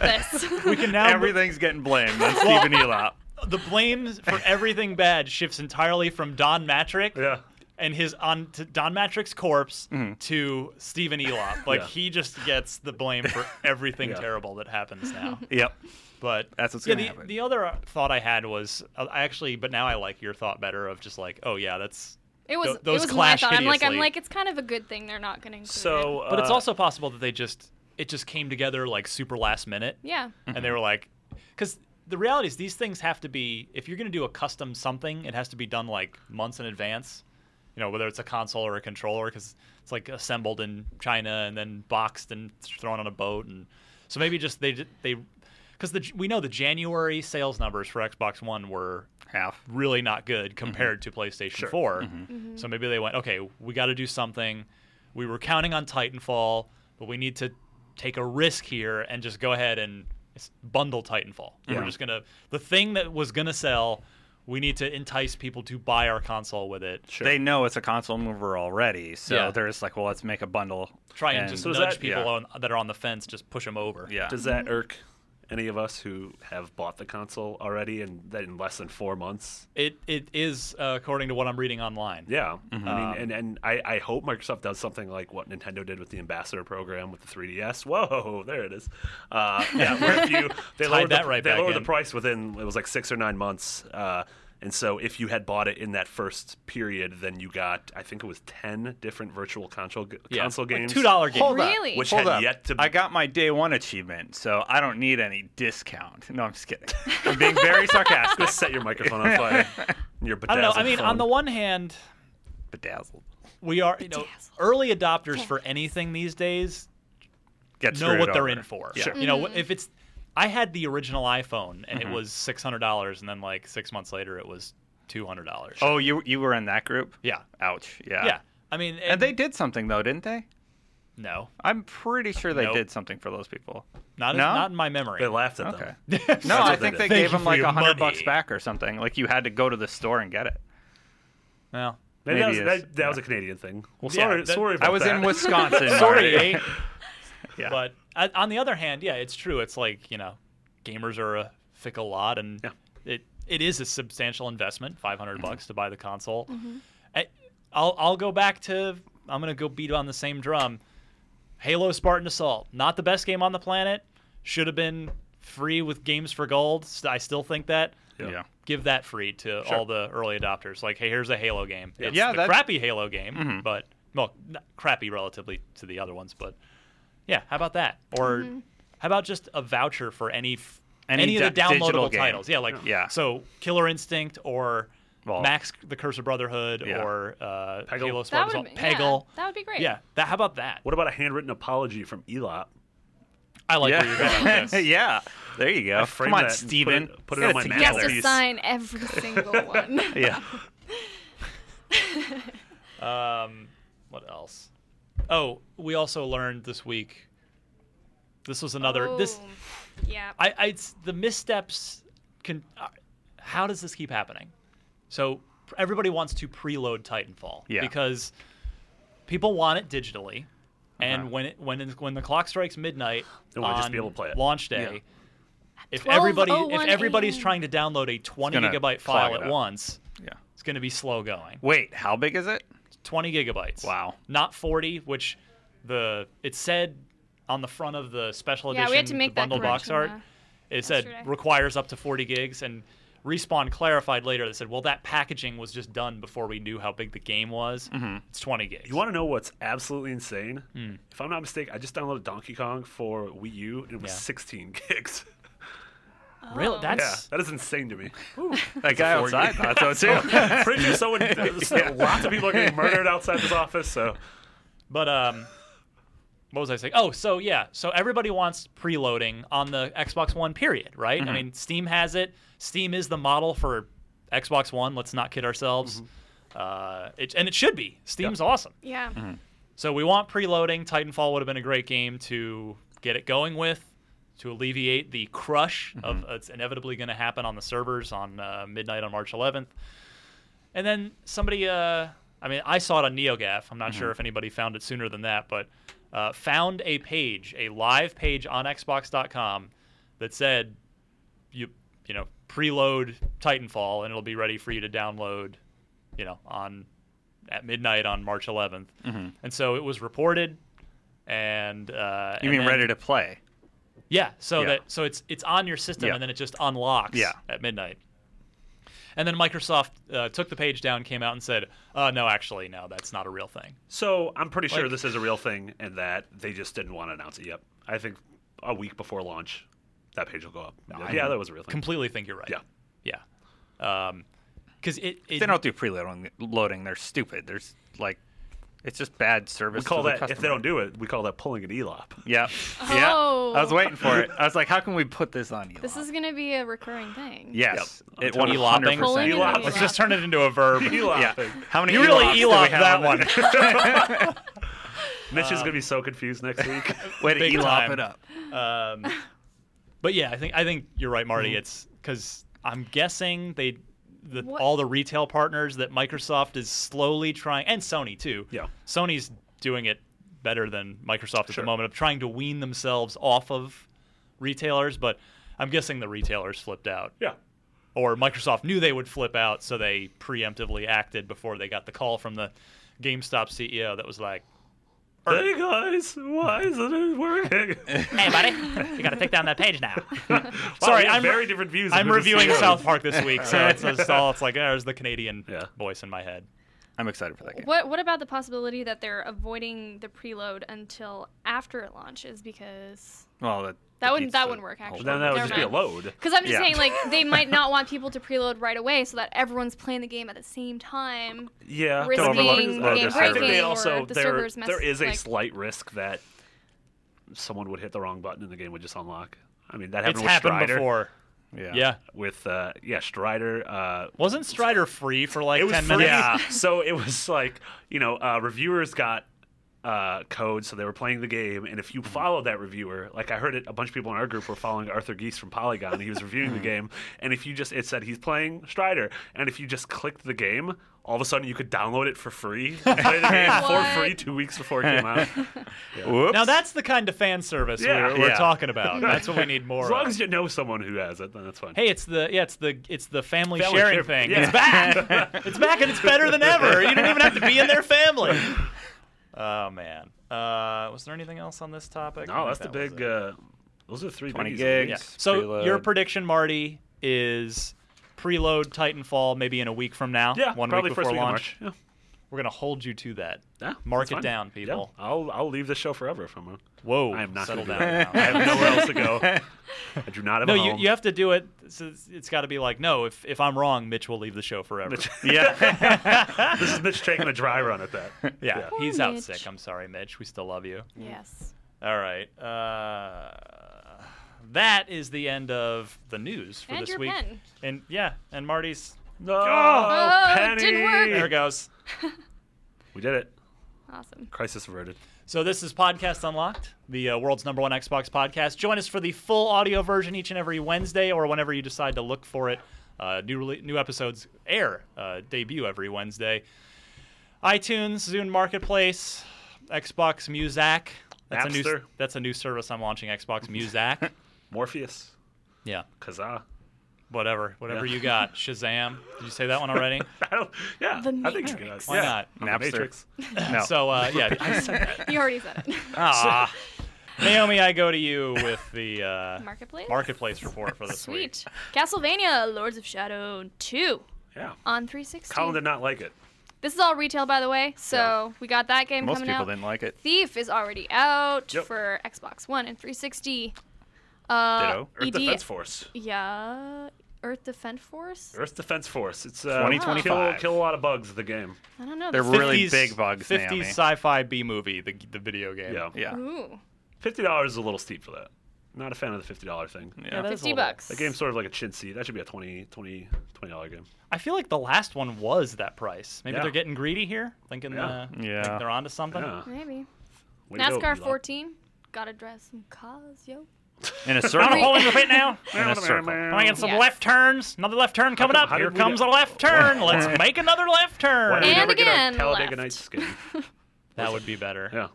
S5: this.
S4: we can now
S3: Everything's getting blamed on Steven Elop.
S4: the blame for everything bad shifts entirely from Don Matrick
S6: Yeah.
S4: and his on to Don Matrick's corpse
S3: Mm-hmm.
S4: to Stephen Elop. Like
S6: Yeah.
S4: he just gets the blame for everything
S6: Yeah.
S4: terrible that happens now.
S3: Yep.
S4: But
S3: That's what's
S4: yeah,
S3: gonna
S4: the,
S3: happen.
S4: The other thought I had was uh, I actually, but now I like your thought better of just like, oh yeah, that's.
S5: It was
S4: Th- those
S5: it was my
S4: clash
S5: thought. I'm like I'm
S4: hideously.
S5: like it's kind of a good thing they're not going to include
S6: So,
S5: it.
S6: uh,
S4: But it's also possible that they just it just came together like super last minute.
S5: Yeah.
S4: and they were like, because the reality is these things have to be if you're going to do a custom something, it has to be done like months in advance. You know, whether it's a console or a controller, because it's like assembled in China and then boxed and thrown on a boat, and so maybe just they d- they because the we know the January sales numbers for Xbox One were
S3: Half.
S4: really not good
S6: Mm-hmm.
S4: compared to PlayStation 4. So maybe they went, okay, we got to do something. We were counting on Titanfall, but we need to take a risk here and just go ahead and s- bundle Titanfall. We're just going to, the thing that was going to sell, we need to entice people to buy our console with it.
S6: Sure.
S3: They know it's a console mover already, so
S4: Yeah.
S3: they're just like, well, let's make a bundle.
S4: Try and, just
S6: So
S4: nudge
S6: does that-
S4: people
S3: yeah.
S4: on, that are on the fence, just push them over.
S3: yeah.
S6: Does that irk any of us who have bought the console already and that in less than four months?
S4: It, it is, uh, according to what I'm reading online.
S6: Yeah,
S4: Um,
S6: I mean, and and I, I hope Microsoft does something like what Nintendo did with the Ambassador program with the 3DS. Whoa, there it is. Uh, yeah, where if you they
S4: Tied
S6: lowered
S4: that
S6: the,
S4: right
S6: they
S4: back
S6: lowered
S4: in.
S6: the price within it was like six or nine months. Uh, and so if you had bought it in that first period, then you got I think it was ten different virtual console g-
S4: Yeah.
S6: console
S4: Like
S6: games.
S4: $2 game.
S3: Hold up.
S5: Really?
S6: Which
S3: Hold
S6: had
S3: up.
S6: yet to
S3: I got my day one achievement, so I don't need any discount. No, I'm just kidding. I'm being very sarcastic.
S6: set your microphone on fire. and Your
S4: I don't know. I mean, on the one hand,
S3: Bedazzled.
S4: we are, you know,
S5: Bedazzled.
S4: early adopters for anything these days
S3: Get
S4: know
S3: screwed
S4: what they're
S3: over.
S4: in for.
S3: Yeah. Mm-hmm. Sure.
S4: You know, if it's I had the original iPhone and it was six hundred dollars, and then like six months later it was two hundred dollars.
S3: Oh, you you were in that group?
S4: yeah,
S3: Ouch. Yeah.
S4: yeah. I mean,
S3: And they did something though, didn't they?
S4: no,
S3: I'm pretty sure they
S4: Nope.
S3: did something for those people.
S4: not
S3: No?
S4: not in my memory.
S6: they laughed at
S3: Okay.
S6: them.
S3: No,
S6: what
S3: I think
S6: they
S3: they
S6: did.
S4: Thank
S3: gave
S4: you
S3: them
S4: for
S3: like
S4: your
S3: a hundred bucks
S4: money.
S3: back or something. Like you had to go to the store and get it.
S4: Well,
S6: Maybe that, was,
S3: Maybe it's-
S6: that, that was a Canadian thing. Well,
S4: Yeah,
S6: sorry,
S4: that-
S6: sorry about
S3: I was in
S6: that.
S3: Wisconsin.
S4: sorry,
S3: Marty.
S4: eh?
S3: Yeah.
S4: but uh, on the other hand, yeah, it's true. It's like you know, gamers are a fickle lot, and
S6: Yeah.
S4: it it is a substantial investment, five bucks to buy the console. I, I'll I'll go back to I'm gonna go beat on the same drum. Halo Spartan Assault, not the best game on the planet. Should have been free with games for gold. St- I still think that.
S6: Yeah.
S3: yeah.
S4: Give that free to all the early adopters. Like, hey, here's a Halo game. It's
S3: Yeah,
S4: the
S3: that- Mm-hmm.
S4: crappy Halo game, but well, not crappy relatively to the other ones, but yeah, how about that? Or
S5: Mm-hmm.
S4: how about just a voucher for any f-
S3: Any
S4: any, of the
S3: di- digital
S4: downloadable
S3: game.
S4: titles? Yeah, like
S3: Yeah.
S4: So Killer Instinct or
S3: Well-
S4: Max the Curse of Brotherhood
S3: Yeah.
S4: or uh,
S6: Peggle.
S4: Halo
S5: that
S4: Spartan Assault,
S5: would be- yeah,
S4: Peggle.
S5: that would be great.
S4: Yeah, that, how about that?
S6: What about a handwritten apology from Elop?
S4: I like where you're going with
S3: Yeah.
S4: this.
S3: yeah. There you go. Come
S6: framed
S3: on,
S6: that and put
S3: Steven.
S6: it- put it
S3: Get
S6: on my
S5: He has
S3: together.
S5: to
S6: mantelpiece.
S5: sign every single one.
S3: Yeah.
S4: Um, what else? Oh, we also learned this week. This was another. This
S5: Oh, Yeah.
S4: I, I it's the missteps can uh, how does this keep happening so pr- everybody wants to preload titanfall
S3: Yeah.
S4: because people want it digitally and when it when it's, when the clock strikes midnight
S6: They
S4: on
S6: wanna just be able to play it.
S4: launch day if
S5: 12:01
S4: everybody if everybody's
S5: AM.
S4: trying to download a 20
S3: gonna
S4: gigabyte
S3: clog
S4: file
S3: it
S4: at
S3: up.
S4: once
S3: yeah.
S4: it's going to be slow going
S3: Wait, how big is it?
S4: 20 gigabytes
S3: Wow.
S4: not 40 which the it said on the front of the special
S5: Yeah,
S4: edition
S5: we had to make
S4: the
S5: that
S4: bundle box art
S5: correction,
S4: it said
S5: yesterday.
S4: requires up to 40 gigs and respawn clarified later that said well that packaging was just done before we knew how big the game was it's 20 gigs
S6: Mm-hmm. You want to know what's absolutely insane? If I'm not mistaken, I just downloaded Donkey Kong for Wii U and it was
S4: Yeah.
S6: 16 gigs.
S4: really
S5: Oh.
S6: yeah,
S4: that's
S6: that is insane to me.
S3: That guy outside thought so too.
S6: Pretty sure someone, uh, lots of people are getting murdered outside this office. So
S4: but um what was i saying oh so yeah so everybody wants preloading on the xbox one period right
S6: Mm-hmm.
S4: i mean steam has it steam is the model for xbox one let's not kid ourselves
S6: Mm-hmm.
S4: uh, it, and it should be steam's awesome
S5: Yeah.
S4: Mm. So we want preloading. Titanfall would have been a great game to get it going with, to alleviate the crush of it's inevitably going to happen on the servers on uh, midnight on March 11th. And then somebody, uh, I mean, I saw it on NeoGAF. I'm not
S3: Mm-hmm.
S4: sure if anybody found it sooner than that, but uh, found a page, a live page on Xbox.com that said, you you know, preload Titanfall and it'll be ready for you to download, you know, on at midnight on March 11th.
S3: Mm-hmm.
S4: And so it was reported, and uh,
S3: You
S4: and
S3: mean
S4: then-
S3: ready to play?
S4: yeah, so
S3: Yeah.
S4: that so it's it's on your system
S3: Yeah.
S4: and then it just unlocks
S3: Yeah.
S4: at midnight. And then Microsoft uh, took the page down, came out and said, uh, "No, actually, no, that's not a real thing."
S6: So I'm pretty sure
S4: Like-
S6: this is a real thing, and that they just didn't want to announce it. Yep, I think a week before launch, that page will go up. Yeah, yeah, that was a real thing.
S4: Completely think you're right.
S6: Yeah.
S4: yeah, because it, it
S3: They don't do preloading. Loading, they're stupid. There's like, it's just bad service.
S6: we call
S3: to the
S6: that if they
S3: customer.
S6: don't do it, we call that pulling an elop.
S3: Yeah. Yeah.
S5: Oh.
S3: I was waiting for it. I was like, how can we put this on you?
S5: This is gonna be a recurring thing.
S3: yes.
S6: Yep.
S3: It one hundred
S4: Elopping.
S3: percent.
S5: Pulling it
S6: Elop.
S4: let's just turn it into a verb.
S3: Yeah. How many?
S4: You really
S3: elops do we
S4: elopped
S3: have
S4: that
S3: on
S4: one.
S3: it?
S6: Mitch is gonna be so confused next week.
S3: Way to
S4: Big
S3: elop
S4: time.
S3: it up.
S4: Um, but yeah, I think I think you're right,
S6: Mm-hmm.
S4: Marty. It's because I'm guessing they, the,
S5: What-
S4: all the retail partners that Microsoft is slowly trying, and Sony too.
S6: Yeah.
S4: Sony's doing it better than Microsoft at the
S6: Sure.
S4: moment of trying to wean themselves off of retailers. But I'm guessing the retailers flipped out,
S6: yeah,
S4: or Microsoft knew they would flip out, so they preemptively acted before they got the call from the GameStop CEO that was like,
S6: hey guys, why isn't it working?
S4: "Hey, buddy, you got to take down that page now."
S6: Wow,
S4: Sorry,
S6: we have
S4: I'm-
S6: very different views. of
S4: I'm
S6: who the
S4: reviewing
S6: CEO is.
S4: South Park this week, so it's just all it's like "Oh, there's the Canadian
S6: Yeah.
S4: voice in my head.
S3: I'm excited for that game.
S5: What What about the possibility that they're avoiding the preload until after it launches because
S3: Well, that,
S5: That wouldn't-
S3: defeats
S5: that
S3: the
S5: wouldn't work,
S3: whole
S5: actually.
S6: But Then that would
S5: Never
S6: just be a
S5: mind.
S6: load.
S5: because I'm just
S3: Yeah.
S5: saying like they might not want people to preload right away so that everyone's playing the game at the same
S4: Mm.
S5: time.
S6: Yeah,
S5: risking
S6: don't overlook
S5: game
S6: the server. I think
S5: breaking
S6: they
S5: or
S6: also
S5: the
S6: there,
S5: server's mess-
S6: there is a
S5: like-
S6: slight risk that someone would hit the wrong button and the game would just unlock. I mean that
S4: It's
S6: happened with
S4: happened
S6: Strider.
S4: before.
S3: Yeah.
S4: Yeah.
S6: With uh, yeah, Strider. Uh,
S4: Wasn't Strider free for like
S6: it was
S4: ten
S6: free,
S4: minutes?
S6: so it was like you know uh, reviewers got uh, code, so they were playing the game, and if you
S4: Mm-hmm.
S6: followed that reviewer, like I heard it, a bunch of people in our group were following Arthur Geese from Polygon. He was reviewing the
S4: Mm-hmm.
S6: game, and if you just it said he's playing Strider, and if you just clicked the game. All of a sudden, you could download it for free, and play the game for
S5: What?
S6: free two weeks before it came out.
S3: Whoops.
S4: Now that's the kind of fan service
S6: Yeah.
S4: we're, we're
S3: Yeah.
S4: talking about. That's what we need more
S6: As long
S4: of.
S6: as you know someone who has it, then that's fine.
S4: hey, it's the yeah, it's the it's the family,
S6: Family
S4: sharing
S6: share-
S4: thing.
S6: yeah.
S4: It's back. it's back and it's better than ever. You don't even have to be in their family. Oh man. Uh, was there anything else on this topic? I
S6: no,
S4: think
S6: that's the
S4: that was
S6: big.
S4: it.
S6: Uh, those are the three
S3: 20
S6: biggies, I think.
S3: gigs.
S4: Yeah. So
S3: preload.
S4: your prediction, Marty, is preload Titanfall maybe in a week from now.
S6: Yeah,
S4: one
S6: probably
S4: week
S6: first
S4: before
S6: week of
S4: launch.
S6: March.
S4: We're gonna hold you to that.
S6: Yeah. Yeah,
S4: Mark
S6: that's
S4: it
S6: fine.
S4: down,
S6: Yeah,
S4: people.
S6: I'll I'll leave the show forever if I'm wrong.
S4: Whoa,
S6: I am not
S4: settle
S6: gonna
S4: down.
S6: do that.
S4: now.
S6: I have nowhere else to go. I do not have
S4: no,
S6: a
S4: you,
S6: home.
S4: you have to do it. So it's, it's got to be like, no, if if I'm wrong, Mitch will leave the show forever.
S6: Mitch-
S3: yeah.
S6: this is Mitch taking a dry run at that.
S4: yeah,
S6: Yeah.
S4: he's
S5: Poor
S4: out
S5: Mitch.
S4: sick. I'm sorry, Mitch. We still love you.
S5: Yes.
S4: All right. Uh, that is the end of the news for
S5: And
S4: this
S5: your
S4: week.
S5: pen.
S4: And yeah, and Marty's.
S6: No,
S5: Oh, it
S6: Penny.
S5: didn't work.
S4: There it goes.
S6: We did it.
S5: Awesome.
S6: Crisis averted.
S4: So this is Podcast Unlocked, the uh, world's number one Xbox podcast. Join us for the full audio version each and every Wednesday, or whenever you decide to look for it. Uh, new rele- new episodes air uh, debut every Wednesday. iTunes, Zune Marketplace, Xbox Muzak. That's a new
S6: Napster.
S4: that's a new service I'm launching. Xbox Muzak.
S6: Morpheus.
S4: yeah,
S6: Kazaa.
S4: whatever, whatever
S6: Yeah.
S4: you got. Shazam. Did you say that one already?
S6: I don't, yeah,
S5: The
S6: I think you
S5: Matrix.
S6: got it.
S4: Why
S6: yeah.
S4: not?
S6: The
S3: Napster.
S6: Matrix.
S3: No.
S4: So uh, yeah,
S5: You already said it.
S4: Ah. Naomi, I go to you with the uh,
S5: Marketplace?
S4: marketplace report for this week.
S5: Sweet. Castlevania Lords of Shadow 2
S6: Yeah.
S5: on 360.
S6: Colin did not like it.
S5: This is all retail, by the way. So we got that game
S3: Most
S5: coming
S3: people
S5: out.
S3: didn't like it.
S5: Thief is already out
S6: Yep.
S5: for Xbox One and 360. Uh,
S3: Ditto.
S6: Earth
S5: ED
S6: Defense Force.
S5: Yeah. Earth Defense Force?
S6: Earth Defense Force. It's uh,
S3: 2025.
S6: Kill, kill a lot of bugs of the game.
S5: I don't know.
S3: They're
S5: this-
S3: really big bugs,
S4: 50s
S3: Naomi.
S4: sci-fi B movie, the the video game.
S6: Yeah.
S3: Yeah.
S5: Ooh.
S6: Fifty dollars is a little steep for that. Not a fan of the fifty dollar thing.
S3: Yeah, that
S5: 50 bucks.
S6: That game's sort of like a chin seat. That should be a 20 20 dollar game.
S4: I feel like the last one was that price. Maybe
S6: Yeah.
S4: they're getting greedy here, thinking
S6: Yeah.
S4: uh,
S3: Yeah.
S4: think they're onto something.
S6: Yeah.
S5: Maybe.
S6: Way to go,
S5: NASCAR
S6: Elon.
S5: 14. Gotta dress some cars, yo.
S3: In a
S4: Found a
S3: circle.
S4: hole in the pit now.
S3: in a circle.
S4: Am I getting some
S5: Yeah.
S4: left turns? Another left turn coming
S6: come-
S4: up.
S6: how
S4: Here
S6: did we
S4: comes a
S6: do-
S4: left turn. Let's make another left
S6: Why
S4: turn.
S6: did we
S5: And
S6: never get a
S5: again,
S6: Talladega
S5: left.
S6: Nights game?
S4: That would be better.
S6: Yeah.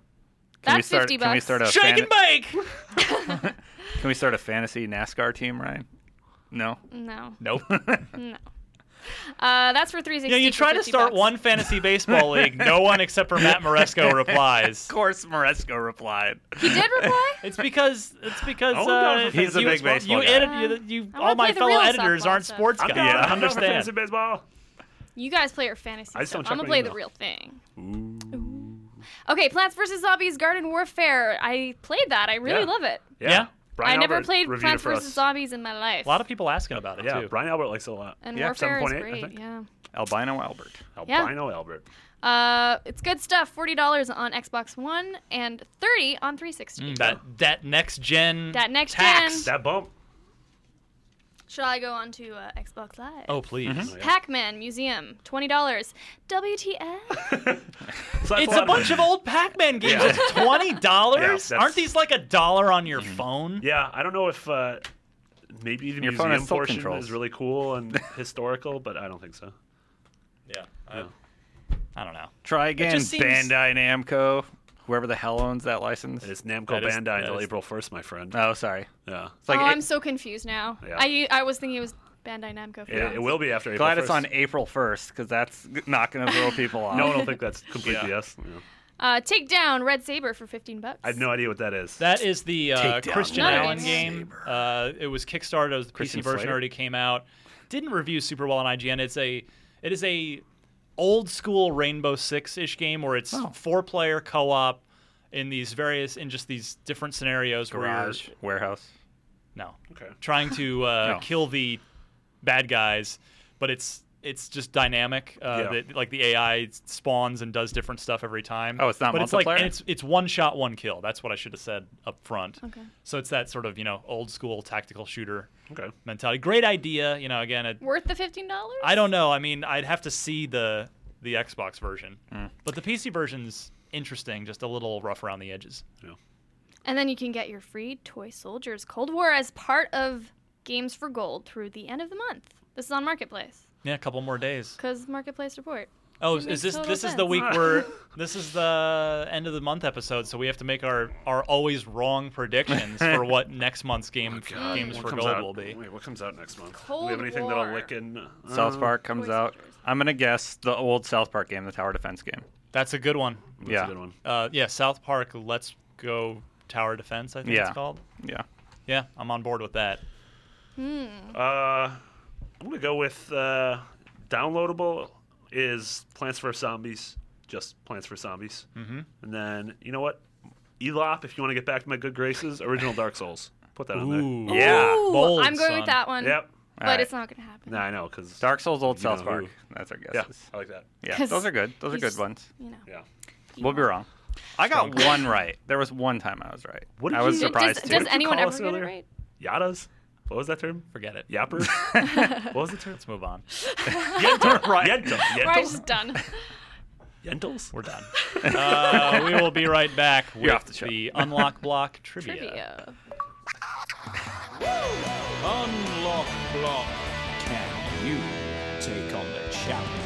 S3: Can we
S5: That's
S3: start?
S5: 50
S3: Can we
S5: bucks.
S3: start a
S4: Shake
S3: fan-
S4: and bake.
S3: Can we start a fantasy NASCAR team, Ryan? No.
S5: No.
S4: Nope.
S5: No. Uh, that's for 360.
S4: You know, you
S5: for
S4: try to
S5: 50
S4: start
S5: bucks.
S4: one fantasy baseball league. No one except for Matt Moresco replies.
S3: Of course, Moresco replied.
S5: He did reply?
S4: It's because it's because
S6: Oh,
S4: uh,
S6: no.
S3: He's a
S4: you,
S3: big baseball
S4: you
S3: guy.
S4: edit- you, you,
S5: Um, I wanna
S4: all my
S5: play the
S4: fellow
S5: real
S4: editors
S5: softball
S4: aren't
S5: stuff.
S4: sports
S6: I'm
S4: guys.
S6: down.
S4: I
S6: I'm down for fantasy
S4: understand.
S6: baseball.
S5: You guys play your fantasy
S6: I just
S5: stuff.
S6: don't check
S5: I'm gonna
S6: my
S5: play the
S6: email.
S5: real thing.
S6: Ooh.
S5: Okay, Plants vs Zombies Garden Warfare. I played that. I really
S6: Yeah.
S5: love it.
S6: Yeah.
S4: Yeah.
S6: Brian
S5: I never
S6: Albert
S5: played
S6: reviewed
S5: Plants
S6: it for
S5: vs
S6: us.
S5: Zombies in my life.
S4: A lot of people asking about it
S6: Yeah,
S4: too.
S6: Brian Albert likes it a lot.
S5: and
S3: yeah,
S5: Warfare is
S6: 7.8, I
S5: great.
S6: think.
S5: Yeah.
S3: Albino Albert.
S5: Yeah.
S6: Albino Albert.
S5: Uh, it's good stuff. Forty dollars on Xbox One and thirty on 360.
S4: Mm, That that next gen.
S5: That next
S4: tax.
S5: gen.
S6: That bump.
S5: Should I go on to uh, Xbox Live?
S4: Oh please.
S6: Mm-hmm.
S5: Pac-Man Museum, twenty dollars. WTF?
S6: So that's
S4: It's a
S6: lot
S4: bunch of old Pac-Man games.
S6: Yeah.
S4: It's twenty dollars.
S6: that's- Mm-hmm.
S4: Aren't these like a dollar on your phone?
S6: Yeah, I don't know if uh, maybe the
S3: Your phone has
S6: museum
S3: tilt
S6: portion
S3: controls.
S6: is really cool and historical, but I don't think so.
S4: Yeah. I, I don't know.
S3: Try again,
S4: just seems-
S3: Bandai Namco. Whoever the hell owns that license.
S6: It's Namco
S4: That is-
S6: Bandai
S4: that
S6: until
S4: is-
S6: April 1st, my friend.
S3: Oh, sorry.
S6: yeah.
S3: It's like
S5: oh,
S3: a-
S5: I'm so confused now.
S6: Yeah.
S5: I I was thinking it was Bandai Namco. For
S6: It, it will be after
S3: glad
S6: April 1st.
S3: it's on April 1st because that's g- not going to throw people off.
S6: No one will think that's complete BS. Yeah.
S5: Uh, take down Red Saber for fifteen bucks.
S6: I have no idea what that is.
S4: That is the uh,
S3: Take down
S4: Christian
S5: Red
S4: Allen
S5: Saber.
S4: game. Uh, it was Kickstarted. It was the
S3: Christian
S4: PC version
S3: Slater?
S4: already came out. Didn't review super well on IGN. It's a it is a old school Rainbow Six ish game where it's
S3: Oh.
S4: four player co op in these various in just these different scenarios
S3: Garage,
S4: where you're
S3: warehouse.
S4: no
S6: okay.
S4: trying to uh,
S3: No.
S4: kill the bad guys, but it's it's just dynamic. Uh,
S6: Yeah.
S4: that, like the AI spawns and does different stuff every time.
S3: Oh, it's not
S4: but It's like
S3: multiplayer?
S4: and it's it's one shot, one kill. That's what I should have said up front.
S5: Okay.
S4: So it's that sort of you know old school tactical shooter
S6: Okay.
S4: mentality. Great idea. You know, again, it,
S5: Worth the fifteen dollars?
S4: I don't know. I mean, I'd have to see the the Xbox version,
S3: Mm.
S4: but the PC version's interesting, just a little rough around the edges.
S6: Yeah.
S5: And then you can get your free Toy Soldiers Cold War as part of Games for Gold through the end of the month. This is on Marketplace
S4: Yeah, a couple more days.
S5: because Marketplace report.
S4: Oh,
S5: It
S4: is
S5: makes
S4: this
S5: total
S4: this is the
S5: sense.
S4: week where this is the end of the month episode, so we have to make our our always wrong predictions for what next month's game games
S6: Oh, What
S4: for
S6: comes
S4: gold
S6: out-
S4: will be.
S6: Wait, what comes out next month? Do
S5: Cold
S6: we have anything
S5: War.
S6: that'll lick in? Uh,
S5: Oh,
S3: South Park comes
S5: Toy
S3: out.
S5: Soldiers.
S3: I'm going to guess the old South Park game, the tower defense game.
S4: That's a good one.
S6: That's
S3: yeah.
S6: a good one.
S4: Uh, yeah, South Park. Let's go tower defense. I think
S3: Yeah.
S4: it's called.
S3: Yeah.
S4: Yeah, I'm on board with that.
S6: Uh, I'm gonna go with uh, downloadable is Plants vs Zombies, just Plants vs Zombies, mm-hmm. and then you know what, Elop. If you want to get back to my good graces, original Dark Souls. Put that on
S4: Ooh.
S3: Yeah.
S5: Ooh,
S4: bold,
S5: I'm going
S4: son.
S5: with that one.
S6: there. Yep.
S5: But
S3: All right.
S5: it's not gonna happen.
S6: Nah, I know because
S3: Dark Souls, old
S6: You
S3: South
S6: know
S3: Park.
S6: who.
S3: That's our
S6: Yeah,
S3: guesses.
S6: I like that.
S3: Yeah.
S5: 'Cause
S3: Those are good. Those are
S5: he's-
S3: good ones.
S5: You know.
S6: Yeah.
S3: We'll be wrong. I got one right. There was one time I was right.
S6: What did
S3: I was
S5: Did-
S6: you-
S3: surprised
S5: does,
S3: too.
S5: does anyone
S6: call
S5: ever
S6: us
S5: get it
S6: earlier?
S5: right?
S6: Yadas? What was that term?
S4: Forget it.
S6: Yappers? what was the term?
S4: Let's move on.
S6: Yentl. Yentl.
S5: Ryan's
S6: Yentl.
S5: just done.
S6: Yentles?
S4: We're done. uh, we will be right back with
S3: off the show.
S4: unlock block trivia.
S5: Trivia.
S7: Unlock block. Can you take on the challenge?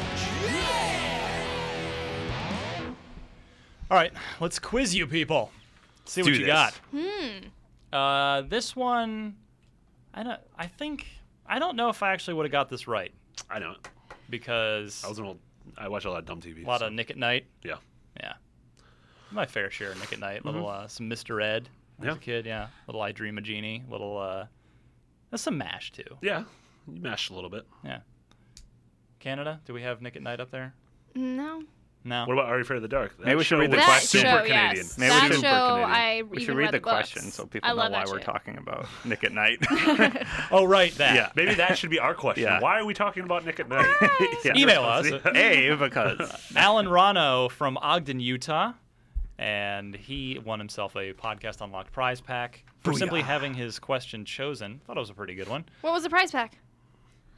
S4: All right, let's quiz you people. See what
S6: do
S4: you
S6: this.
S4: got. Hmm. Uh, this one, I don't. I think I don't know if I actually would have got this right
S6: I know. it.
S4: because
S6: I was an old. I watch a lot of dumb TV.
S4: a lot
S6: so-
S4: of Nick at Night.
S6: yeah.
S4: Yeah, my fair share of Nick at Night. Little uh, some Mr. Ed. When I was
S6: Mm-hmm. Yeah.
S4: a kid. Yeah. Little I Dream a Genie. Little uh, that's some Mash too.
S6: Yeah. You mashed a little bit.
S4: Yeah. Canada? Do we have Nick at Night up there?
S5: No.
S4: No.
S6: What about Are You Afraid of the Dark?
S3: Maybe we should read the
S5: That
S3: question.
S5: show,
S6: Super Canadian.
S5: yes.
S3: Maybe we
S5: that
S3: should-
S5: show,
S3: Super
S5: I
S3: We
S5: even
S3: should
S5: read
S3: read the
S5: books.
S3: question so people
S5: I
S3: know
S5: love
S3: why
S5: that
S3: we're
S5: show.
S3: talking about Nick at Night.
S4: Oh right, that.
S3: Yeah.
S6: Maybe that should be our question.
S3: Yeah.
S6: Why are we talking about Nick at Night?
S3: Yeah.
S4: Email us.
S3: A because
S4: Alan Rano from Ogden, Utah, and he won himself a podcast unlocked prize pack for simply having his question chosen. Thought it was a pretty good one.
S5: What was the prize pack?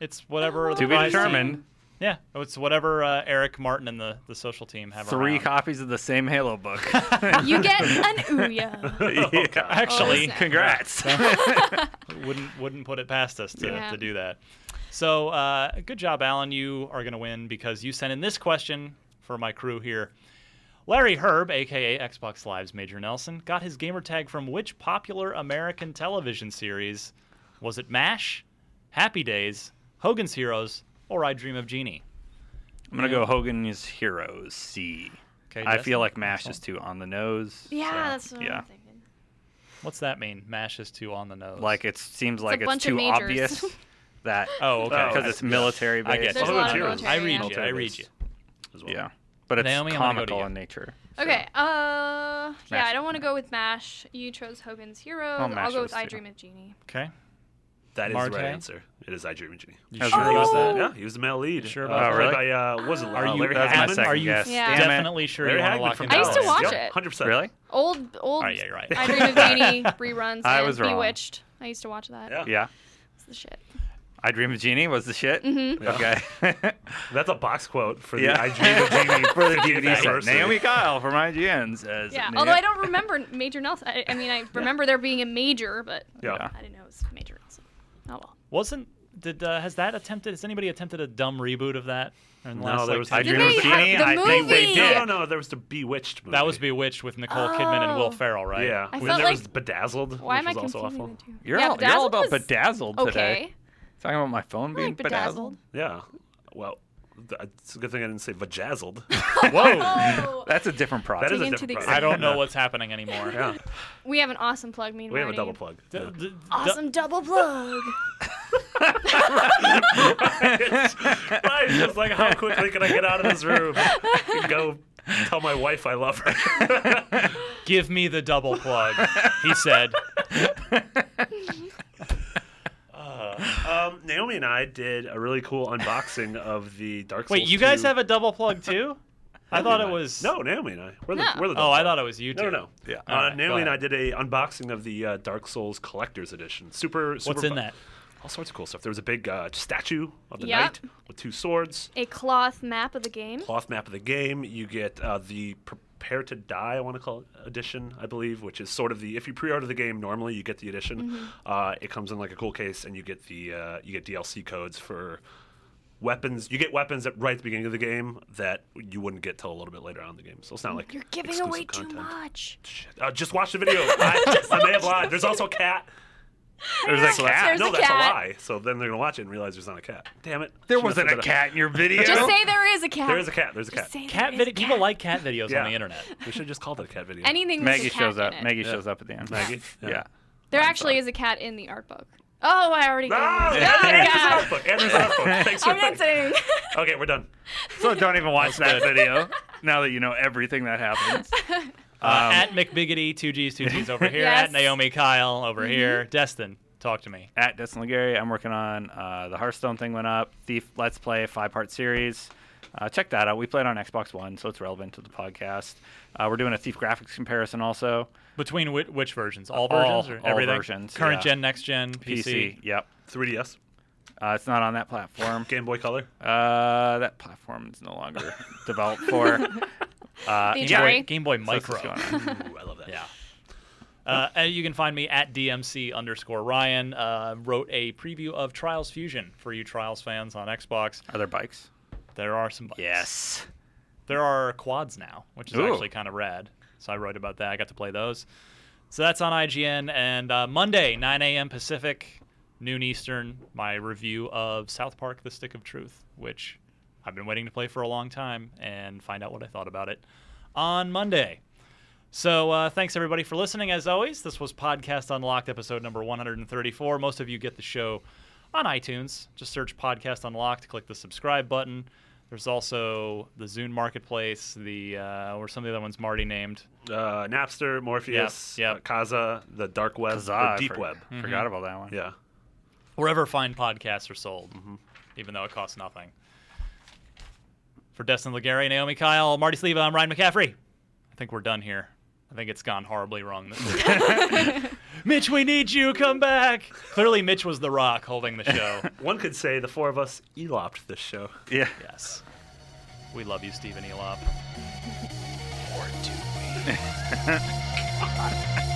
S4: It's whatever the
S3: Oh. to be
S4: prize team-
S3: determined,
S4: Yeah, it's whatever uh, Eric Martin and the, the social team have.
S3: three
S4: around.
S3: copies of the same Halo book.
S5: You get an
S6: Oh,
S5: Ouya.
S3: yeah.
S4: Actually,
S3: Oh,
S5: snap.
S3: Congrats.
S4: wouldn't wouldn't put it past us to,
S5: Yeah.
S4: to do that. So uh, good job, Alan. You are going to win because you sent in this question for my crew here. Larry Herb, aka Xbox Live's Major Nelson, got his gamer tag from which popular American television series? Was it MASH, Happy Days, Hogan's Heroes, or I Dream of Jeannie?
S3: I'm gonna go Hogan's Heroes C. I
S4: Okay,
S3: feel
S4: Justin,
S3: like Mash
S4: next
S3: is too on the nose.
S5: Yeah,
S3: so,
S5: that's what
S3: yeah.
S5: I'm thinking.
S4: What's that mean? MASH is too on the nose.
S3: Like it seems like it's,
S5: bunch of
S3: too
S5: majors.
S3: obvious that
S4: Oh, okay.
S3: because it's military
S4: I
S3: based.
S4: get
S5: There's
S4: you.
S5: a lot of
S6: Heroes.
S5: military.
S4: I read
S5: yeah.
S4: you. I read you.
S6: As well.
S3: Yeah, but it's
S4: Naomi, I'm gonna go to
S3: comical
S4: you.
S3: in nature.
S5: Okay. Uh, yeah,
S3: Mash.
S5: I don't want to go with Mash. You chose Hogan's Heroes.
S3: Oh, Mash
S5: I'll go
S3: was
S5: with I
S3: too.
S5: Dream of Genie.
S4: Okay.
S6: That is
S4: Marte?
S6: the right answer. It is I Dream of Genie.
S4: You
S3: As
S4: sure
S3: well.
S4: about that?
S6: Yeah, he was the male lead.
S4: sure
S6: Uh,
S4: about
S3: that?
S6: played by, uh, was it
S4: Are
S6: uh,
S4: you
S6: Larry
S3: Oh, That's my
S6: Hagman?
S3: second
S4: Are you
S3: guess.
S5: Yeah.
S3: Damn it.
S4: definitely sure
S6: Larry
S4: you want
S6: Hagman
S4: to lock
S6: from
S4: him
S5: I used to
S4: down?
S5: watch
S6: Yep,
S5: it.
S6: 100%.
S3: Really?
S5: Old, old.
S4: All right, yeah, you're right.
S5: I Dream of Genie reruns.
S3: I
S5: and
S3: was wrong.
S5: Bewitched. I used to watch that.
S6: Yeah.
S3: Yeah,
S5: It's the shit.
S3: I Dream of Genie was the shit.
S5: Mm-hmm.
S3: Okay,
S6: That's a box quote for the
S3: Yeah.
S6: I Dream of Genie E for the DVD
S3: So,
S6: anniversary.
S3: Naomi Kyle from IGN says.
S5: Yeah.
S3: Na-
S5: Although I don't remember Major Nelson. I, I mean, I remember there being a major, but
S6: Yeah.
S5: I didn't know it was Major Nelson. Oh well.
S4: Wasn't did uh, has that attempted? Has anybody attempted a dumb reboot of that? in the
S6: No,
S4: last,
S6: there
S4: like,
S6: was
S4: 10
S3: I
S5: Did
S3: Dream
S5: they
S3: of Genie.
S5: have the
S3: I think they
S5: movie?
S3: did.
S6: No, no, no. There was the Bewitched movie.
S4: That was Bewitched with Nicole Kidman and
S5: Oh.
S4: Will Ferrell, right?
S6: Yeah.
S5: I
S6: And
S5: felt
S6: there was
S5: like-
S6: Bedazzled,
S5: Why am I
S6: which was
S5: confusing
S6: also awful.
S5: the two?
S3: You're,
S5: yeah,
S3: all, you're all
S5: Bedazzled
S3: about
S5: was
S3: bedazzled today.
S5: Okay.
S3: Talking about my phone being
S5: like bedazzled.
S6: Yeah. Well, th- it's a good thing I didn't say vajazzled.
S4: Whoa.
S5: Oh.
S3: That's a different
S6: That
S3: product.
S6: is a
S5: Digging to
S6: different
S5: the
S6: product.
S4: I don't know what's happening anymore.
S6: Yeah,
S5: We have an awesome plug. Meanwhile,
S6: we have a double plug.
S4: D- d- d-
S5: Awesome double plug.
S6: Right, just like how quickly can I get out of this room and go tell my wife I love her?
S4: Give me the double plug, he said.
S6: Um, Naomi and I did a really cool unboxing of the Dark Souls.
S4: Wait, you guys
S6: 2
S4: have a double plug too? I thought it was
S6: No, Naomi and I. We're the,
S5: No.
S6: we're the
S4: Oh,
S6: Dark
S4: I
S6: Souls.
S4: thought it was you two.
S6: No, no, no.
S3: Yeah.
S6: Uh,
S4: Alright, go
S6: Naomi and I
S4: ahead.
S6: did a unboxing of the uh, Dark Souls Collector's Edition. Super, super.
S4: What's in
S6: bu-
S4: that?
S6: All sorts of cool stuff. There was a big uh, statue of the
S5: Yep.
S6: knight with two swords.
S5: a cloth map of the game.
S6: cloth map of the game. You get uh, the Prepare to Die, I want to call it, edition, I believe, which is sort of the if you pre-order the game normally, you get the edition.
S5: Mm-hmm.
S6: Uh, it comes in like a cool case, and you get the uh, you get DLC codes for weapons. You get weapons at right at the beginning of the game that you wouldn't get till a little bit later on in the game. So it's not like
S5: You're giving
S6: exclusive
S5: away too
S6: content.
S5: much.
S6: Shit. Uh, just watch the video. I, on They Have Live. There's also a cat.
S3: There's a cat.
S5: There's
S6: no,
S5: a
S6: that's
S5: cat.
S6: a lie. So then they're gonna watch it and realize there's not a cat. Damn it.
S3: There
S6: Should've
S3: wasn't a
S6: said that.
S3: cat in your video.
S5: Just say there is a cat.
S6: There is a cat. There's a
S5: Just
S6: cat.
S5: say
S4: Cat
S5: there
S4: video
S5: is a cat.
S4: people like cat videos
S6: Yeah.
S4: on the internet.
S6: We should just call it a cat video.
S5: Anything with
S3: Maggie
S5: a cat
S3: shows up.
S5: In it.
S3: Maggie shows up at the end.
S6: Maggie?
S3: Yeah.
S5: There actually is a cat in the art book. Oh, I already.
S6: No!
S5: gave it.
S6: Andrew's an
S5: God.
S6: art book. Andrew's an art book. Thanks for
S5: I'm not saying.
S6: Okay, we're done.
S3: So don't even watch that video. Now that you know everything that happens. Um,
S6: Um,
S4: Uh, at McBiggity, two G's, two G's over here.
S5: Yes. Mm-hmm.
S4: At Naomi Kyle over here. Destin, talk to me.
S3: at Destin Legary. I'm working on uh, the Hearthstone thing went up, Thief Let's Play five part series. uh, check that out. We played on Xbox One, so it's relevant to the podcast. Uh, we're doing a Thief graphics comparison also.
S4: Between which, which versions? All
S3: Uh, All-
S4: versions or
S3: all
S4: everything?
S3: versions,
S4: Current
S3: yeah.
S4: gen, next gen, PC.
S3: PC. Yep.
S6: 3DS,
S3: Uh, it's not on that platform.
S6: Game Boy Color.
S3: Uh, that platform is no longer developed for. Uh,
S5: The
S4: Game,
S5: Atari.
S4: Boy, Game Boy
S3: so that's
S4: Micro.
S3: what's going on.
S6: Ooh, I love that.
S4: Yeah. Uh, and you can find me at DMC underscore Ryan. Uh, wrote a preview of Trials Fusion for you Trials fans on Xbox.
S3: Are there bikes?
S4: There are some bikes.
S3: Yes.
S4: There are quads now, which is
S3: Ooh.
S4: actually kind of rad. So I wrote about that. I got to play those. So that's on IGN. And uh, Monday, 9 a.m. Pacific, noon Eastern, my review of South Park The Stick of Truth, which I've been waiting to play for a long time and find out what I thought about it on Monday. So uh, thanks everybody for listening. As always, this was Podcast Unlocked, episode number 134. Most of you get the show on iTunes. Just search Podcast Unlocked, click the subscribe button. There's also the Zune Marketplace, the uh, or some of the other ones Marty named.
S6: Uh, Napster, Morpheus,
S4: Yep, yep.
S6: uh, Kaza, the dark web,
S3: Huzzah,
S6: the deep
S3: for-
S6: web. Mm-hmm.
S3: Forgot about that one.
S6: Yeah.
S4: Wherever fine podcasts are sold, even though it costs nothing. For Destin Legary, Naomi Kyle, Marty Sleva, I'm Ryan McCaffrey. I think we're done here. I think it's gone horribly wrong this week. Mitch, we need you. Come back. Clearly, Mitch was the rock holding the show.
S6: One could say the four of us E elopped this show.
S3: Yeah.
S4: yes. We love you, Stephen Elop.
S1: Or do we?